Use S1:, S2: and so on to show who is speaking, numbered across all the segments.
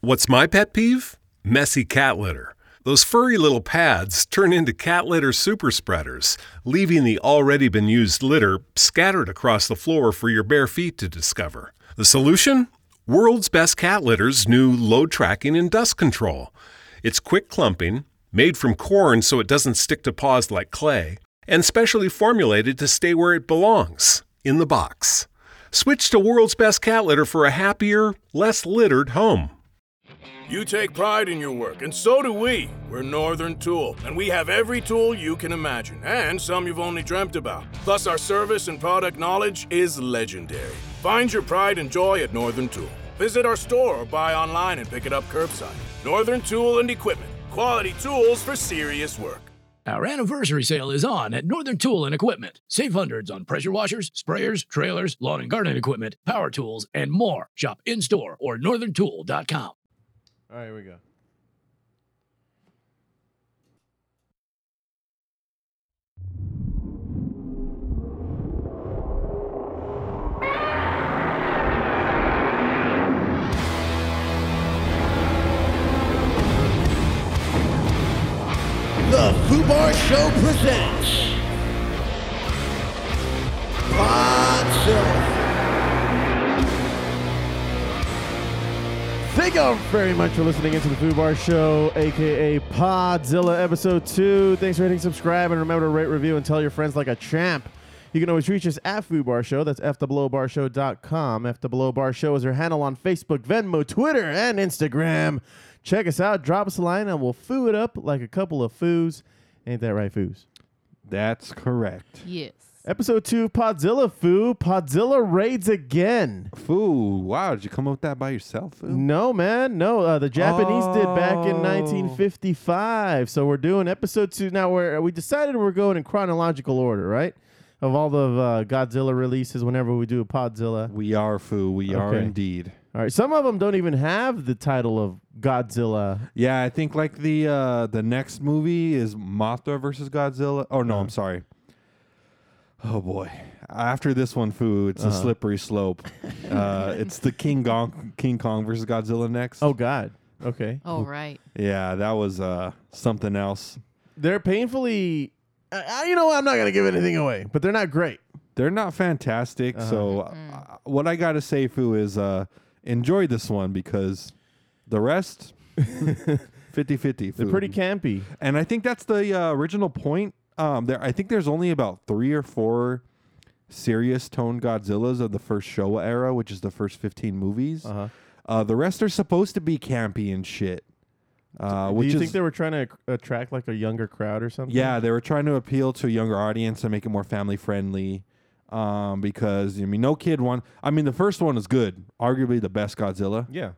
S1: What's my pet peeve? Messy cat litter. Those furry little pads turn into cat litter super spreaders, leaving the already been used litter scattered across the floor for your bare feet to discover. The solution? World's Best Cat Litter's new load tracking and dust control. It's quick clumping, made from corn so it doesn't stick to paws like clay, and specially formulated to stay where it belongs in the box. Switch to World's Best Cat Litter for a happier, less littered home.
S2: You take pride in your work, and so do we. We're Northern Tool, and we have every tool you can imagine, and some you've only dreamt about. Plus, our service and product knowledge is legendary. Find your pride and joy at Northern Tool. Visit our store or buy online and pick it up curbside. Northern Tool and Equipment. Quality tools for serious work.
S3: Our anniversary sale is on at Northern Tool and Equipment. Save hundreds on pressure washers, sprayers, trailers, lawn and garden equipment, power tools, and more. Shop in store or northerntool.com.
S4: All right, here we go.
S5: The Fubar Show presents Podself.
S4: Thank y'all very much for listening into the Food Bar Show, aka Podzilla, episode two. Thanks for hitting subscribe and remember to rate, review, and tell your friends like a champ. You can always reach us at Food Bar Show. That's fwbarshow.com. FWO Bar Show is our handle on Facebook, Venmo, Twitter, and Instagram. Check us out, drop us a line, and we'll foo it up like a couple of foos. Ain't that right, foos?
S6: That's correct.
S7: Yes.
S4: Episode two, Podzilla Foo. Podzilla raids again.
S6: Foo, wow, did you come up with that by yourself? Foo?
S4: No, man. No, uh, the Japanese did back in
S6: Oh.
S4: 1955. So we're doing episode two now. Where we decided we're going in chronological order, right? Of all the uh, Godzilla releases, whenever we do a Podzilla.
S6: We are Foo. We are
S4: Okay.
S6: indeed.
S4: All right. Some of them don't even have the title of Godzilla.
S6: Yeah, I think like the uh the next movie is Mothra versus Godzilla. Oh no,
S4: Uh-huh.
S6: I'm sorry. Oh boy. After this one, Foo, it's a
S4: Uh-huh.
S6: slippery slope. uh, it's the King Kong King Kong versus Godzilla next.
S4: Oh God. Okay.
S7: Oh, right.
S6: yeah, that was uh something else.
S4: They're painfully. I I- you know, what? I'm not gonna give anything away, but they're not great.
S6: They're not fantastic.
S4: Uh-huh.
S6: So uh, what I gotta say, Foo, is uh enjoy this one because the rest 50-50.
S4: They're
S6: Foo.
S4: pretty campy.
S6: And I think that's the uh, original point. Um, there, I think there's only about three or four serious tone Godzillas of the first Showa era, which is the first 15 movies.
S4: Uh-huh.
S6: Uh, the rest are supposed to be campy and shit. Uh,
S4: Do
S6: which
S4: you
S6: is,
S4: think they were trying to ac- attract like a younger crowd or something?
S6: yeah, they were trying to appeal to a younger audience and make it more family friendly. Um, because I mean, no kid one. I mean, the first one is good, arguably the best Godzilla.
S4: Yeah.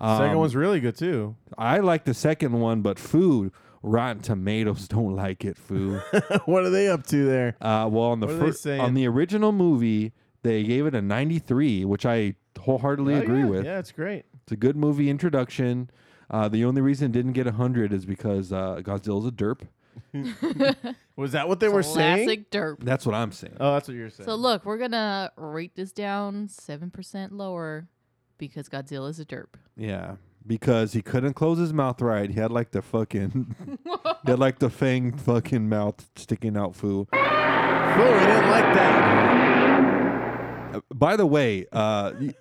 S6: Um,
S4: Second one's really good too.
S6: I like the second one, but food, Rotten Tomatoes don't like it. Food.
S4: what are they up to there?
S6: Uh, well, on the
S4: What are they
S6: fir-
S4: saying?
S6: on the original movie, they gave it a 93, which I wholeheartedly
S4: Oh,
S6: agree
S4: yeah.
S6: with.
S4: Yeah, it's great.
S6: It's a good movie introduction. Uh, the only reason it didn't get 100 is because uh, Godzilla's a derp.
S4: Was that what they were saying?
S7: Classic derp.
S6: That's what I'm saying.
S4: Oh, that's what you're saying.
S7: So look, we're gonna rate this down seven percent lower because Godzilla's a derp.
S6: yeah, because he couldn't close his mouth right. He had like the fucking, he had like the fang fucking mouth sticking out. Foo.
S4: Cool, we didn't like that.
S6: By the way, uh, y-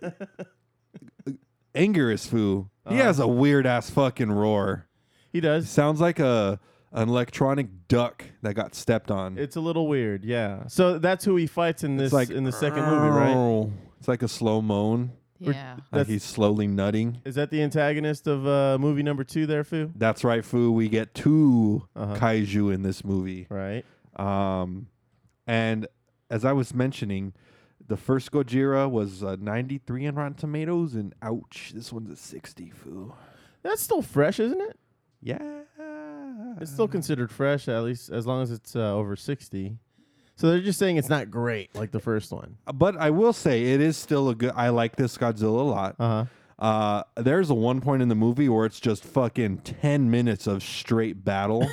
S6: anger is foo. He
S4: Uh-huh.
S6: has a weird ass fucking roar.
S4: He does.
S6: Sounds like a an electronic duck that got stepped on.
S4: It's a little weird, yeah. So that's who he fights in this in the second movie,
S6: oh.
S4: right?
S6: "Ow." It's like a slow moan.
S7: Yeah.
S6: Like
S4: That's-
S6: he's slowly nutting.
S4: Is that the antagonist of uh, movie number two there, Fu?
S6: That's right, Foo. We get 2
S4: Uh-huh.
S6: kaiju in this movie.
S4: Right.
S6: Um, and as I was mentioning, the first Gojira was uh, 93 on Rotten Tomatoes, and ouch, this one's a 60, Foo. Uh,
S4: That's still fresh, isn't it?
S6: Yeah.
S4: It's still considered fresh, at least as long as it's uh, over sixty. So they're just saying it's not great, like the first one.
S6: But I will say it is still a good. I like this Godzilla a lot.
S4: Uh huh.
S6: Uh, there's a one point in the movie where it's just fucking 10 minutes of straight battle,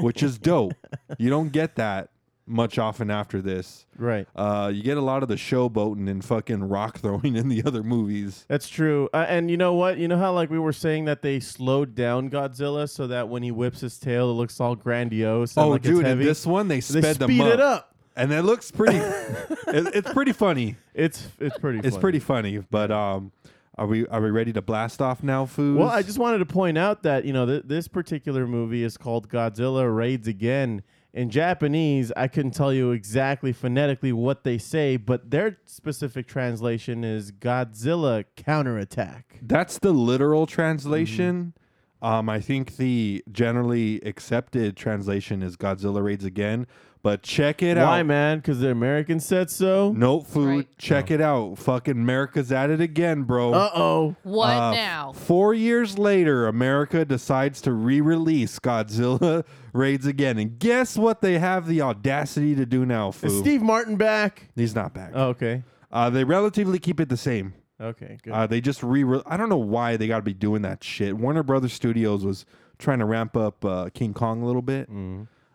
S6: which is dope. You don't get that much often after this.
S4: Right.
S6: Uh, you get a lot of the showboating and fucking rock throwing in the other movies.
S4: That's true. Uh, and you know what? You know how like we were saying that they slowed down Godzilla so that when he whips his tail, it looks all grandiose. and,
S6: oh,
S4: like, it's
S6: dude, in
S4: heavy?
S6: this one they
S4: they
S6: sped them
S4: speed
S6: up.
S4: it up.
S6: and it looks pretty. it- it's pretty funny.
S4: It's it's pretty.
S6: It's
S4: funny.
S6: pretty funny. But um, are we are we ready to blast off now, Foos?
S4: Well, I just wanted to point out that you know th- this particular movie is called Godzilla Raids Again. In Japanese, I couldn't tell you exactly phonetically what they say, but their specific translation is Godzilla counterattack.
S6: That's the literal translation.
S4: Mm-hmm.
S6: Um, I think the generally accepted translation is Godzilla raids again. But check it
S4: Why,
S6: out.
S4: man? Because the Americans said so.
S6: No food.
S7: Right.
S6: Check it out. Fucking America's at it again, bro.
S4: Uh oh.
S7: What
S6: Uh,
S7: now?
S6: Four years later, America decides to re release Godzilla Raids Again. And guess what they have the audacity to do now,
S4: Is
S6: Foo?
S4: Steve Martin back?
S6: He's not back.
S4: Oh, okay.
S6: Uh, they relatively keep it the same.
S4: Okay. Good.
S6: Uh, they just re. I don't know why they got to be doing that shit. Warner Brothers Studios was trying to ramp up uh, King Kong a little bit.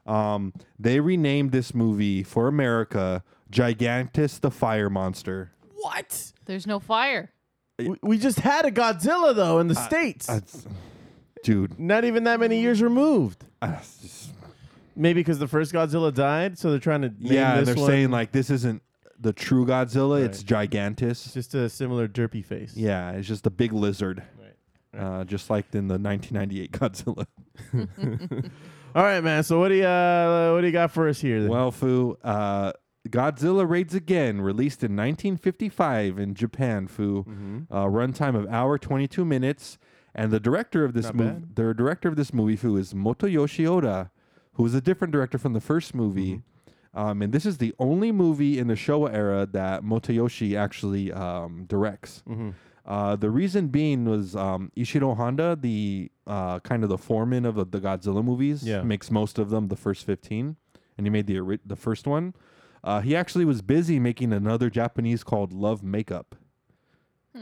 S6: Um, they renamed this movie for America Gigantus the Fire Monster.
S4: what?
S7: There's no fire.
S4: We, we just had a Godzilla though in the states.
S6: Uh, dude,
S4: Not even that many years removed.
S6: uh, it's just-
S4: Maybe because the first Godzilla died, so they're trying to name
S6: yeah, and
S4: this
S6: they're
S4: one
S6: saying like this isn't the true Godzilla. It's Gigantus.
S4: just a similar derpy face.
S6: yeah, it's just a big lizard. Uh, just like in the 1998 Godzilla.
S4: All right, man. So what do you uh, what do you got for us here? Then?
S6: Well, Fu, uh, Godzilla Raids Again, released in 1955 in Japan, Fu. Uh, runtime of hour 22 minutes. And the director of this movie,
S4: bad.
S6: the director of this movie, Fu, is Motoyoshi Oda, who was a different director from the first movie. Um, and this is the only movie in the Showa era that Motoyoshi actually um, directs.
S4: Mm-hmm.
S6: Uh, the reason being was um, Ishiro Honda, the uh, kind of the foreman of the, the Godzilla movies,
S4: Yeah.
S6: makes most of them, the first 15, and he made the, ori- the first one. Uh, he actually was busy making another Japanese called Love Makeup.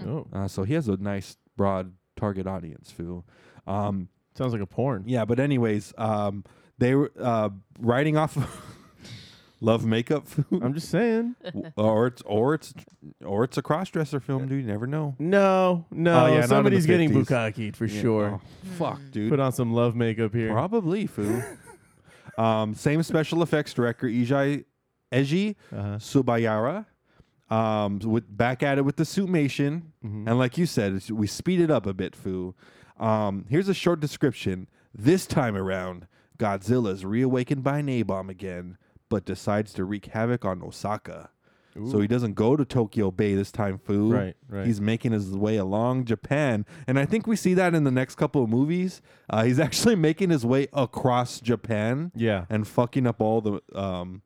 S4: oh,
S6: Uh, so he has a nice, broad target audience, Foo. Um,
S4: sounds like a porn.
S6: yeah, but anyways, um, they were uh, writing off Love Makeup, Foo.
S4: I'm just saying.
S6: W- or it's or it's or it's a cross dresser film, dude. You never know.
S4: No, no.
S6: Oh, yeah, not in the
S4: somebody's getting
S6: 50s.
S4: bukakied for sure.
S6: Oh, fuck, dude.
S4: Put on some love makeup here.
S6: Probably foo. um, same special effects director Iji Eji
S4: Uh-huh.
S6: Subayara. Um, with back at it with the suitmation,
S4: Mm-hmm.
S6: and like you said, it's- we speed it up a bit, foo. Um, here's a short description. This time around, Godzilla's reawakened by an A bomb again, but decides to wreak havoc on Osaka. So he doesn't go to Tokyo Bay this time, foo.
S4: Right, right.
S6: He's making his way along Japan, and I think we see that in the next couple of movies. Uh, he's actually making his way across Japan,
S4: Yeah.
S6: and fucking up all the um,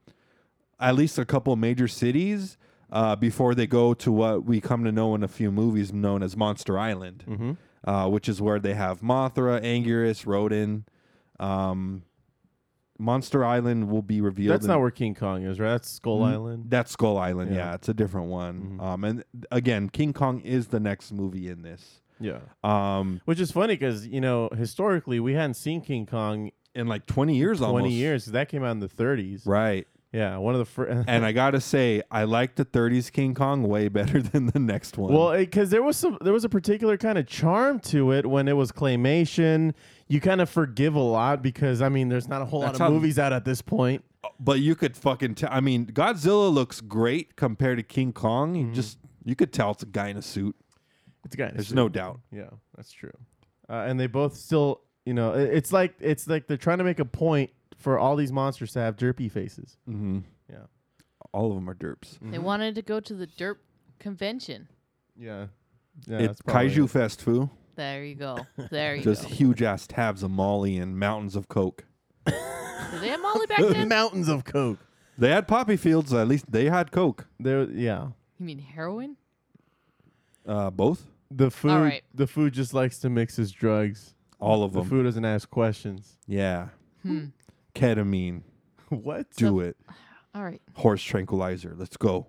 S6: at least a couple major cities uh, before they go to what we come to know in a few movies known as Monster Island,
S4: Mm-hmm.
S6: uh, which is where they have Mothra, Anguirus, Rodan. Um, Monster Island will be revealed.
S4: That's
S6: in-
S4: not where King Kong is, right? That's Skull
S6: Mm-hmm.
S4: Island.
S6: that's Skull Island.
S4: Yeah. Mm-hmm.
S6: Yeah, it's a different one. Um, and again, King Kong is the next movie in this.
S4: Yeah.
S6: Um,
S4: Which is funny because you know historically we hadn't seen King Kong
S6: in like twenty years,
S4: twenty
S6: almost.
S4: years. 'cause That came out in the 30s.
S6: right?
S4: Yeah, one of the first.
S6: And I gotta say, I like the '30s King Kong way better than the next one.
S4: Well, because there was some, there was a particular kind of charm to it when it was claymation. You kind of forgive a lot because I mean, there's not a whole
S6: That's
S4: lot
S6: how-
S4: of movies out at this point.
S6: but you could fucking tell. I mean, Godzilla looks great compared to King Kong.
S4: Mm-hmm.
S6: You just you could tell it's a guy in a suit.
S4: It's kind
S6: There's no doubt.
S4: yeah, that's true. Uh, and they both still, you know, i- it's like it's like they're trying to make a point for all these monsters to have derpy faces.
S6: Mm. All of them are derps.
S4: Mm-hmm.
S7: They wanted to go to the derp convention.
S4: Yeah, yeah,
S6: it's Kaiju Fest foo.
S7: There you go. There you
S6: Just
S7: go.
S6: huge ass tabs of Molly and mountains of Coke.
S7: Did they have Molly back then?
S4: mountains of coke.
S6: They had poppy fields. At least they had Coke.
S4: There, yeah.
S7: You mean heroin?
S6: Uh, both.
S4: The food,
S7: right.
S4: the food just likes to mix his drugs.
S6: All of
S4: The
S6: them.
S4: food doesn't ask questions.
S6: Yeah. Ketamine.
S4: what?
S6: Do it.
S7: All right.
S6: Horse tranquilizer. Let's go.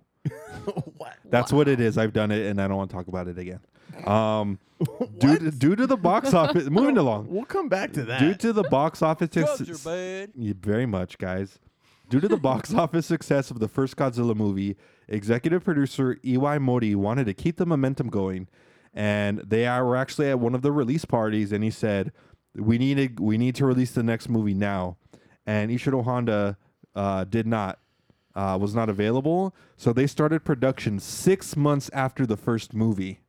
S4: what?
S6: That's what it is. I've done it, and I don't want to talk about it again. Um, due to due to the box office. Moving along.
S4: We'll come back to that.
S6: Due to the box office, success- Yeah, very much, guys. Due to the box office success of the first Godzilla movie, executive producer EY Modi wanted to keep the momentum going, and they are- were actually at one of the release parties, and he said, "We need to, we need to release the next movie now," and Ishiro Honda uh, did not uh, was not available, so they started production six months after the first movie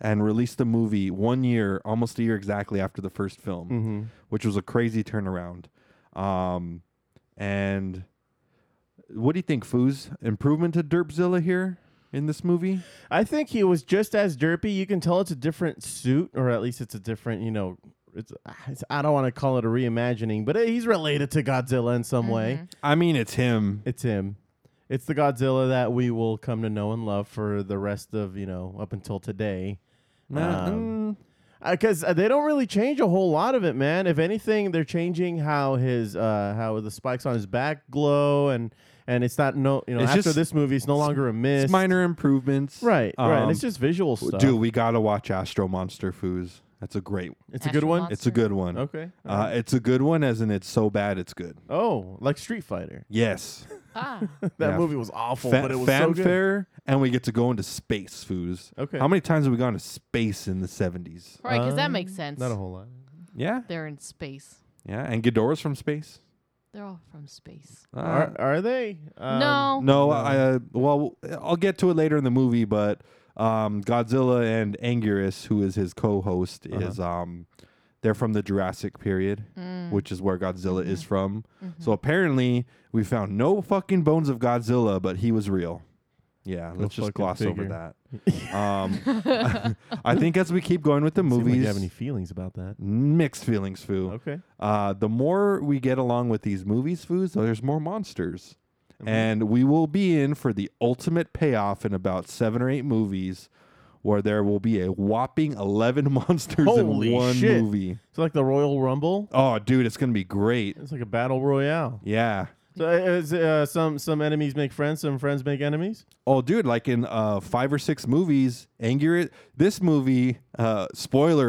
S6: and released the movie one year, almost a year exactly after the first film, which was a crazy turnaround. Um, and what do you think, Foos? Improvement to Derpzilla here in this movie?
S4: I think he was just as derpy. You can tell it's a different suit, or at least it's a different, you know, it's, it's I don't want to call it a reimagining, but uh, he's related to Godzilla in some way.
S6: I mean, it's him.
S4: It's him. It's the Godzilla that we will come to know and love for the rest of, you know, up until today. Um, Because they don't really change a whole lot of it, man. If anything, they're changing how his uh, how the spikes on his back glow, and and it's not no you know
S6: It's
S4: after
S6: just-
S4: this movie, it's no longer a mist.
S6: it's minor improvements.
S4: right? right.
S6: Um,
S4: And it's just visual stuff.
S6: Dude, we got to watch Astro Monster, Foos. That's a great
S4: it's a good
S7: Astro
S4: one.
S7: Monster.
S6: It's a good one.
S4: Okay.
S6: Uh, it's a good one, as in it's so bad it's good.
S4: Oh, like Street Fighter.
S6: Yes.
S7: Ah,
S4: That
S6: Yeah.
S4: movie was awful,
S6: Fa-
S4: but it was so
S6: fanfare, and we get to go into space, Foos.
S4: Okay.
S6: How many times have we gone to space in the 70s?
S7: right, because that
S4: Um,
S7: makes sense.
S4: good. Not a whole lot.
S6: Yeah.
S7: They're in space.
S6: Yeah. And Ghidorah's from space.
S7: They're all from space.
S6: Uh,
S4: are, are they? Um,
S7: no.
S6: No, I, uh, well, I'll get to it later in the movie, but um, Godzilla and Anguirus, who is his co host,
S4: Uh-huh.
S6: is. um. They're from the Jurassic period, which is where Godzilla is from. So apparently, we found no fucking bones of Godzilla, but he was real. Yeah, let's
S4: fucking
S6: just gloss
S4: figure.
S6: over that. um, I think as we keep going with the
S4: Seem like
S6: movies,
S4: you have any feelings about that?
S6: mixed feelings, Foo.
S4: Okay.
S6: Uh, the more we get along with these movies, Foo, so there's more monsters.
S4: Mm-hmm.
S6: And we will be in for the ultimate payoff in about seven or eight movies where there will be a whopping 11 monsters
S4: Holy
S6: in one
S4: shit.
S6: movie.
S4: So like the Royal Rumble.
S6: Oh, dude, it's going to be great.
S4: It's like a battle royale.
S6: Yeah.
S4: So uh, is, uh, some some enemies make friends, some friends make enemies.
S6: Oh, dude, like in uh, five or six movies, Anguirus. This movie, uh, spoiler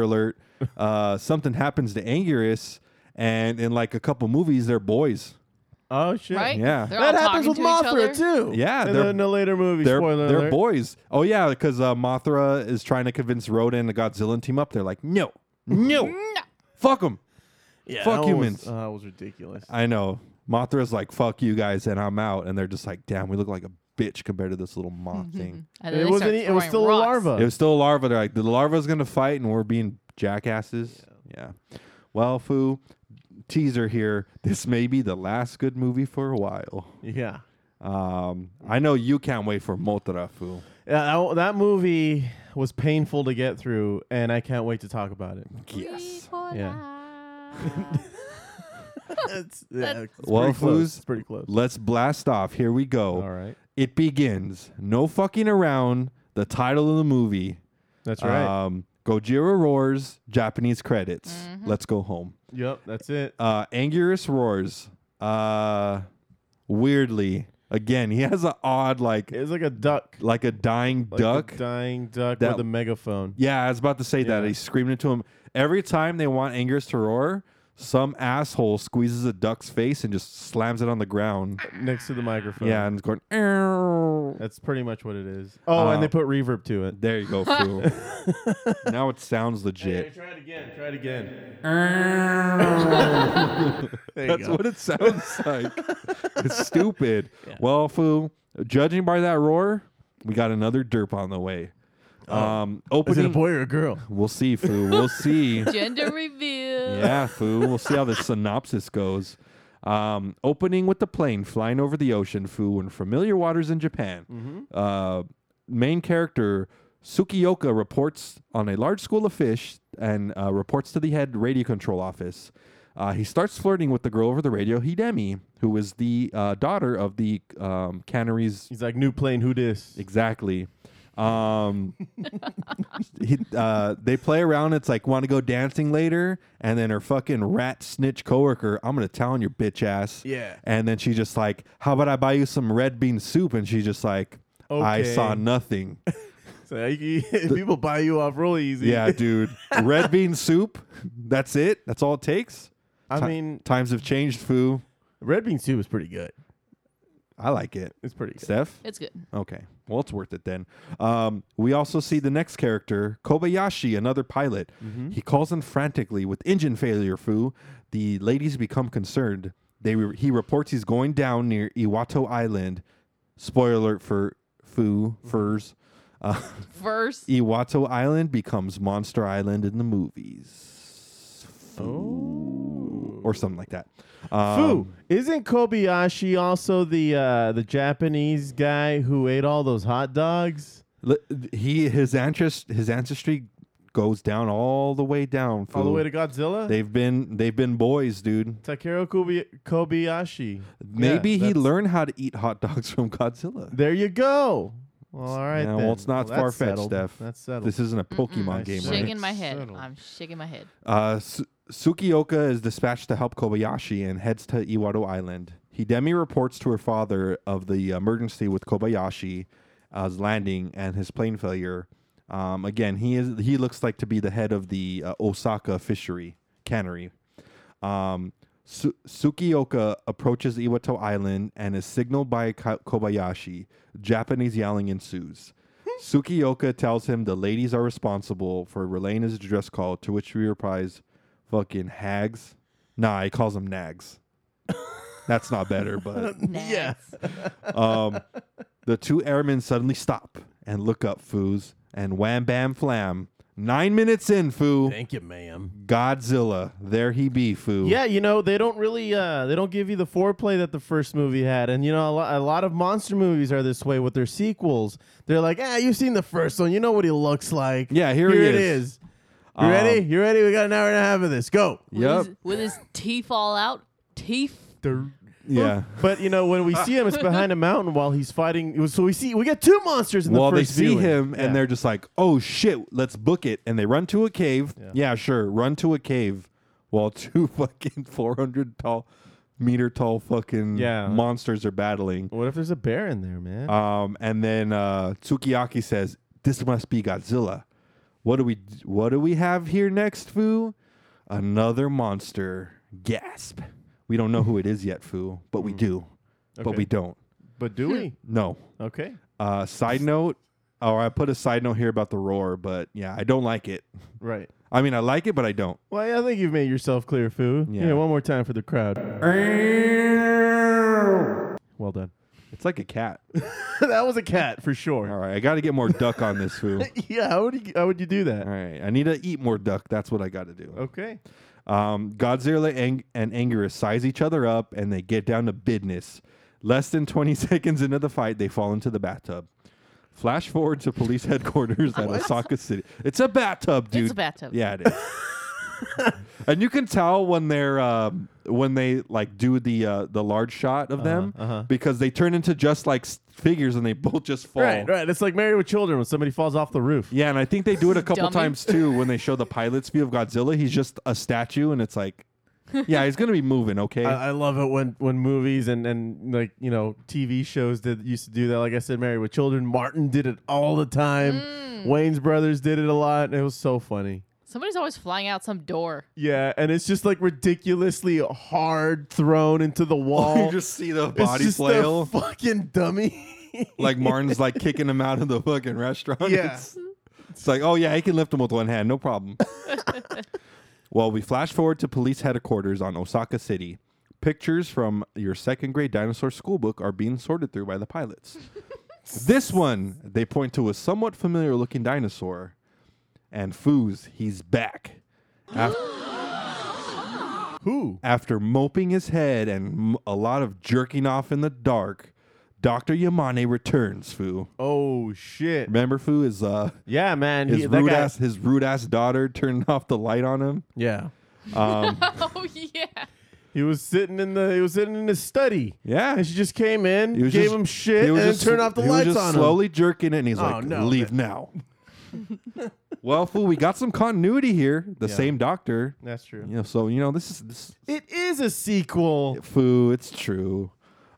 S6: alert, uh, something happens to Anguirus, and in like a couple movies, they're boys.
S4: Oh shit!
S7: Right?
S6: Yeah.
S7: They're
S4: That
S7: all
S4: happens
S7: talking
S4: with
S7: to each other.
S4: Mothra too.
S6: Yeah,
S4: in
S6: they're-
S4: the, in the later movie.
S6: They're
S4: spoiler
S6: they're
S4: alert.
S6: boys. Oh yeah, because uh, Mothra is trying to convince Rhoda and the Godzilla and team up. They're like, no, no, fuck them.
S4: Yeah,
S6: fuck
S4: that was-
S6: humans.
S4: uh, that was ridiculous.
S6: I know. Mothra's like, fuck you guys, and I'm out. And they're just like, damn, we look like a bitch compared to this little moth
S4: Mm-hmm.
S6: thing.
S7: And then
S4: it
S7: they
S4: wasn't.
S7: start
S4: e- It was
S7: throwing
S4: still a
S7: rocks.
S4: larva.
S6: It was still a larva. They're like, the larva's gonna fight, and we're being jackasses. Yeah. Well, foo. Teaser here. This may be the last good movie for a while.
S4: yeah.
S6: Um, I know you can't wait for Mothra, foo.
S4: Yeah, that, that movie was painful to get through, and I can't wait to talk about it.
S6: Yes.
S4: It's, yeah, it's
S6: Well,
S4: pretty close.
S6: Foos,
S4: It's pretty close.
S6: Let's blast off. Here we go.
S4: All right,
S6: It begins. No fucking around. The title of the movie.
S4: that's right.
S6: Um, Gojira roars. Japanese credits. Let's go home.
S4: yep, that's it.
S6: Uh, Anguirus roars. Uh, weirdly, again, he has an odd like
S4: It's like a duck,
S6: like a dying
S4: like a
S6: duck.
S4: dying duck
S6: That-
S4: with a megaphone.
S6: yeah, I was about to say that.
S4: Yeah.
S6: He's screaming into him every time they want Anguirus to roar. Some asshole squeezes a duck's face and just slams it on the ground.
S4: next to the microphone.
S6: Yeah, and it's going. "Ow."
S4: that's pretty much what it is. Oh,
S6: Uh,
S4: and they put reverb to it.
S6: There you go, fool. now it sounds legit.
S4: try it again. Try it again.
S6: That's what it sounds like. it's stupid. Well, fool, judging by that roar, we got another derp on the way.
S4: Is it
S6: Um,
S4: a
S6: opening.
S4: boy or a girl?
S6: We'll see, fool. We'll see.
S7: Gender reveal.
S6: yeah, fool. We'll see how the synopsis goes. Um, opening with the plane flying over the ocean, foo, in familiar waters in Japan. Uh, main character Sukiyoka reports on a large school of fish and uh, reports to the head radio control office. Uh, he starts flirting with the girl over the radio, Hidemi, who is the uh, daughter of the um, canneries
S4: He's like new plane. Who dis?
S6: Exactly. Um, he, uh, they play around. It's like, want to go dancing later? And then her fucking rat snitch coworker, I'm going to tell on your bitch ass.
S4: Yeah.
S6: And then she just like, how about I buy you some red bean soup? And she's just like, I
S4: Okay.
S6: saw nothing.
S4: So like, you- people buy you off real easy.
S6: yeah, dude. red bean soup. That's it. That's all it takes.
S4: I
S6: Ti-
S4: mean,
S6: times have changed, foo.
S4: red bean soup is pretty good.
S6: I like it.
S4: It's pretty good.
S6: Steph?
S7: It's good.
S6: Okay. Well, it's worth it then. Um, we also see the next character, Kobayashi, another pilot.
S4: Mm-hmm.
S6: He calls in frantically with engine failure, foo. The ladies become concerned. They re- he reports he's going down near Iwato Island. Spoiler alert for foo,
S4: Mm-hmm.
S6: furs. Uh,
S7: First,
S6: Iwato Island becomes Monster Island in the movies.
S4: Oh.
S6: Foo. Or something like that.
S4: Foo,
S6: Um,
S4: isn't Kobayashi also the uh, the Japanese guy who ate all those hot dogs?
S6: Li- he his ancest his ancestry goes down all the way down.
S4: All the
S6: fool.
S4: way to Godzilla?
S6: They've been they've been boys, dude.
S4: Takeru Kobi- Kobayashi.
S6: Maybe
S4: Yeah,
S6: he
S4: that's-
S6: learned how to eat hot dogs from Godzilla.
S4: There you go. Well, all right.
S6: Yeah, well,
S4: then.
S6: it's not
S4: that's
S6: far-fetched,
S4: settled.
S6: Steph.
S4: That's settled.
S6: This isn't a Pokemon
S4: I
S6: game,
S4: see.
S6: right?
S7: shaking my head.
S4: Settled.
S7: I'm shaking my head.
S6: Uh, Su- Sukioka is dispatched to help Kobayashi and heads to Iwado Island. Hidemi reports to her father of the emergency with Kobayashi as landing and his plane failure. Um, again, he is he looks like to be the head of the uh, Osaka fishery cannery. Um, Su- Sukioka approaches Iwato Island and is signaled by Ka- Kobayashi. Japanese yelling ensues. Sukioka tells him the ladies are responsible for relaying his distress call, to which he replies, fucking hags. Nah, he calls them nags. That's not better, but
S7: Yeah.
S6: um, the two airmen suddenly stop and look up, foos, and wham bam flam. Nine minutes in, foo.
S8: Thank you, ma'am.
S6: Godzilla, there he be, foo.
S4: Yeah, you know they don't really uh, they don't give you the foreplay that the first movie had, and you know a, lo- a lot of monster movies are this way with their sequels. They're like, ah, you've seen the first one, you know what he looks like.
S6: Yeah, here he
S4: it
S6: is."
S4: is. You ready?
S6: Um,
S4: You ready? We got an hour and a half of this. Go.
S7: Will
S6: Yep.
S7: his- Will his teeth fall out? Teeth?
S6: Yeah.
S4: But you know when we see him, it's behind a mountain while he's fighting. So we see we get two monsters in
S6: well,
S4: the
S6: they
S4: first.
S6: see
S4: viewing.
S6: him
S4: Yeah.
S6: and they're just like, "Oh shit, let's book it!" And they run to a cave. Yeah, sure, run to a cave. While two fucking four hundred tall, meter tall fucking
S4: Yeah.
S6: monsters are battling.
S4: What if there's a bear in there, man?
S6: Um, and then uh, Tsukiyaki says, "This must be Godzilla. What do we What do we have here next, Foo? Another monster. Gasp. We don't know who it is yet, Foo, but we do, but
S4: Hmm. Okay.
S6: we don't.
S4: but do we?
S6: No.
S4: Okay.
S6: Uh, side note, or I put a side note here about the roar, but yeah, I don't like it.
S4: Right.
S6: I mean, I like it, but I don't.
S4: Well, I think you've made yourself clear, Foo.
S6: Yeah.
S4: Yeah. One more time for the crowd. Well done.
S6: It's like a cat.
S4: that was a cat for sure.
S6: All right, I got to get more duck on this food.
S4: Yeah, how would you, how would you do that?
S6: All right, I need to eat more duck. That's what I got to do.
S4: Okay.
S6: Um, Godzilla ang- and Anguirus size each other up, and they get down to business. Less than 20 seconds into the fight, they fall into the bathtub. Flash forward to police headquarters at Osaka City. It's a bathtub, dude.
S7: a bathtub.
S6: Yeah, it is. and you can tell when they're um, when they like do the uh, the large shot
S4: Uh-huh,
S6: of them because they turn into just like s- figures and they both just fall.
S4: Right, right. It's like Married with Children when somebody falls off the roof.
S6: Yeah, and I think they do it a couple
S7: Dummy.
S6: times too when they show the pilot's view of Godzilla. He's just a statue, and it's like, yeah, he's gonna be moving. Okay,
S4: I, I love it when when movies and and like you know TV shows did used to do that. Like I said, Married with Children. Martin did it all the time. Wayne's Brothers did it a lot. It was so funny.
S7: Somebody's always flying out some door.
S4: Yeah, and it's just like ridiculously hard thrown into the wall.
S6: you just see the
S4: It's
S6: body
S4: just a
S6: flail,
S4: fucking dummy.
S6: like Martin's like kicking him out of the fucking restaurant.
S4: Yeah.
S6: It's, it's like, oh yeah, I can lift him with one hand, no problem. well, we flash forward to police headquarters on Osaka City. Pictures from your second grade dinosaur school book are being sorted through by the pilots. this one they point to a somewhat familiar looking dinosaur, and Foos, he's back. After,
S4: Who?
S6: after moping his head and m- a lot of jerking off in the dark, Dr. Yamane returns, Foo.
S4: Oh shit.
S6: Remember Foo is uh
S4: Yeah, man.
S6: his
S4: he- that
S6: rude
S4: guy-
S6: ass his rude ass daughter turned off the light on him.
S4: Yeah.
S7: Oh yeah.
S4: He was sitting in the he was sitting in his study.
S6: Yeah.
S4: And she just came in,
S6: He
S4: gave
S6: was just-
S4: him shit,
S6: he
S4: and
S6: was
S4: then
S6: just-
S4: turned off the
S6: he was
S4: lights
S6: just
S4: on him.
S6: slowly jerking it and he's
S4: Oh,
S6: like,
S4: no,
S6: leave now. well, Foo, we got some continuity here. The same doctor.
S4: That's true.
S6: You know, so you know, this is this
S4: It is a sequel.
S6: Foo, it's true.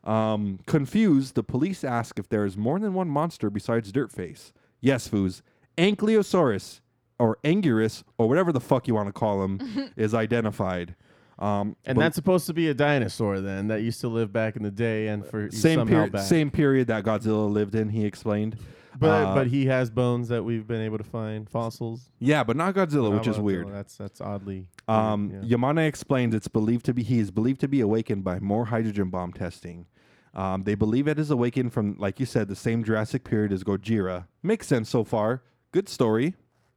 S6: Um, confused, the police ask if there is more than one monster besides Dirtface. Yes, Foos. Ankylosaurus or Anguirus or whatever the fuck you want to call him is identified. Um,
S4: And
S6: but
S4: that's supposed to be a dinosaur then that used to live back in the day and for
S6: same
S4: somehow
S6: period,
S4: back.
S6: same period that Godzilla lived in. He explained,
S4: But
S6: Uh,
S4: but he has bones that we've been able to find fossils,
S6: yeah, but not Godzilla,
S4: Not
S6: which is
S4: about-
S6: weird.
S4: That's that's oddly. weird,
S6: Um,
S4: yeah.
S6: Yamane explains it's believed to be he is believed to be awakened by more hydrogen bomb testing. Um, they believe it is awakened from, like you said, the same Jurassic period as Gojira. Makes sense so far. Good story.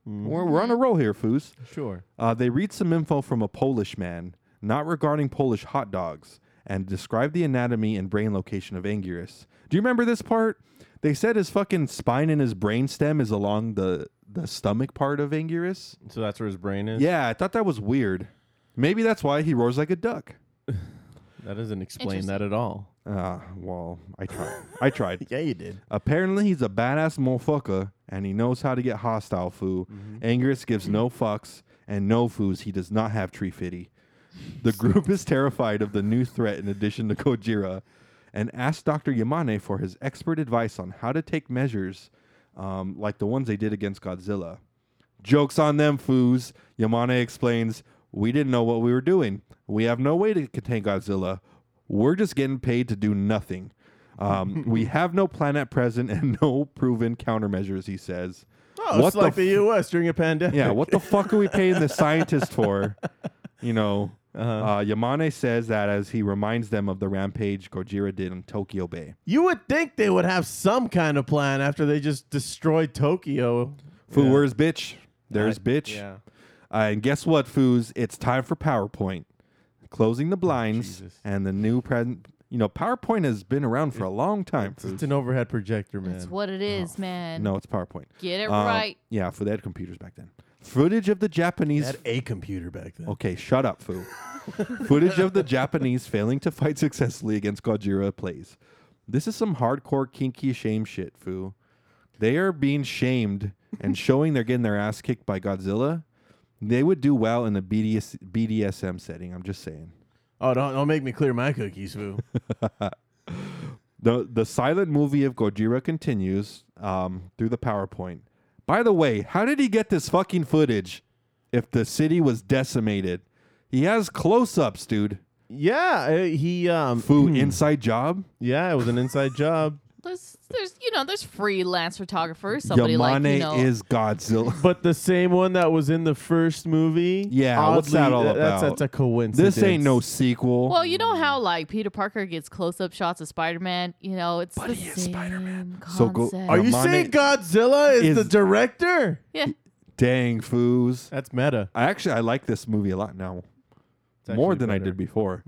S4: Mm-hmm.
S6: We're, we're on a roll here, Foos.
S4: Sure.
S6: Uh, they read some info from a Polish man, not regarding Polish hot dogs, and describe the anatomy and brain location of Anguirus. Do you remember this part? They said his fucking spine and his brain stem is along the, the stomach part of Anguirus.
S4: So that's where his brain is.
S6: Yeah, I thought that was weird. Maybe that's why he roars like a duck.
S4: That doesn't explain that at all.
S6: Ah, well, I tried. I tried.
S4: Yeah, you did.
S6: Apparently, he's a badass motherfucker, and he knows how to get hostile. Foo.
S4: Mm-hmm.
S6: Angus gives no fucks and no foos. He does not have tree fitty. The group is terrified of the new threat. In addition to Kojira, and asks Doctor Yamane for his expert advice on how to take measures, um, like the ones they did against Godzilla. Jokes on them, foos. Yamane explains, We didn't know what we were doing. We have no way to contain Godzilla. We're just getting paid to do nothing. Um, we have no plan at present and no proven countermeasures, he says.
S4: Oh, it's like the, U.S. during a pandemic.
S6: Yeah, what the fuck are we paying the scientist for? You know, uh Yamane says that as he reminds them of the rampage Gojira did in Tokyo Bay.
S4: You would think they would have some kind of plan after they just destroyed Tokyo.
S6: Foo, where's bitch? There's bitch.
S4: Yeah.
S6: Uh, and guess what, foos? It's time for PowerPoint. Closing the blinds
S4: Oh, Jesus.
S6: and the new present. You know, PowerPoint has been around for a long time.
S4: It's just
S6: foos.
S4: an overhead projector, man.
S7: That's what it is, man.
S6: No, it's PowerPoint.
S7: Get it
S6: Uh,
S7: right.
S6: Yeah, for they had computers back then. Footage of the Japanese.
S4: They had a computer back then.
S6: okay, shut up, foo. Footage of the Japanese failing to fight successfully against Gojira plays. This is some hardcore kinky shame shit, foo. They are being shamed and showing they're getting their ass kicked by Godzilla. They would do well in a BDS- BDSM setting. I'm just saying.
S4: Oh, don't, don't make me clear my cookies, foo.
S6: The the silent movie of Gojira continues um, through the PowerPoint. By the way, how did he get this fucking footage if the city was decimated? He has close ups, dude.
S4: yeah, uh, he. um
S6: Food inside job.
S4: Yeah, it was an inside job.
S7: There's, there's, you know, there's freelance photographers. Somebody
S6: Yamane
S7: like, you know,
S6: is Godzilla.
S4: But the same one that was in the first movie.
S6: Yeah, what's
S4: oddly,
S6: that all
S4: th- That's,
S6: about?
S4: that's a coincidence.
S6: this ain't no sequel.
S7: Well, you know how like Peter Parker gets close-up shots of Spider-Man. You know, it's the
S6: he
S7: same
S6: is Spider-Man.
S7: concept.
S6: So go-
S4: Are you
S6: Yamane
S4: saying Godzilla is, the
S6: is-
S4: director?
S7: yeah,
S6: Dang foos.
S4: That's meta.
S6: I actually I like this movie a lot now,
S4: It's
S6: more
S4: actually
S6: than I
S4: better. Mm-hmm.
S6: did before.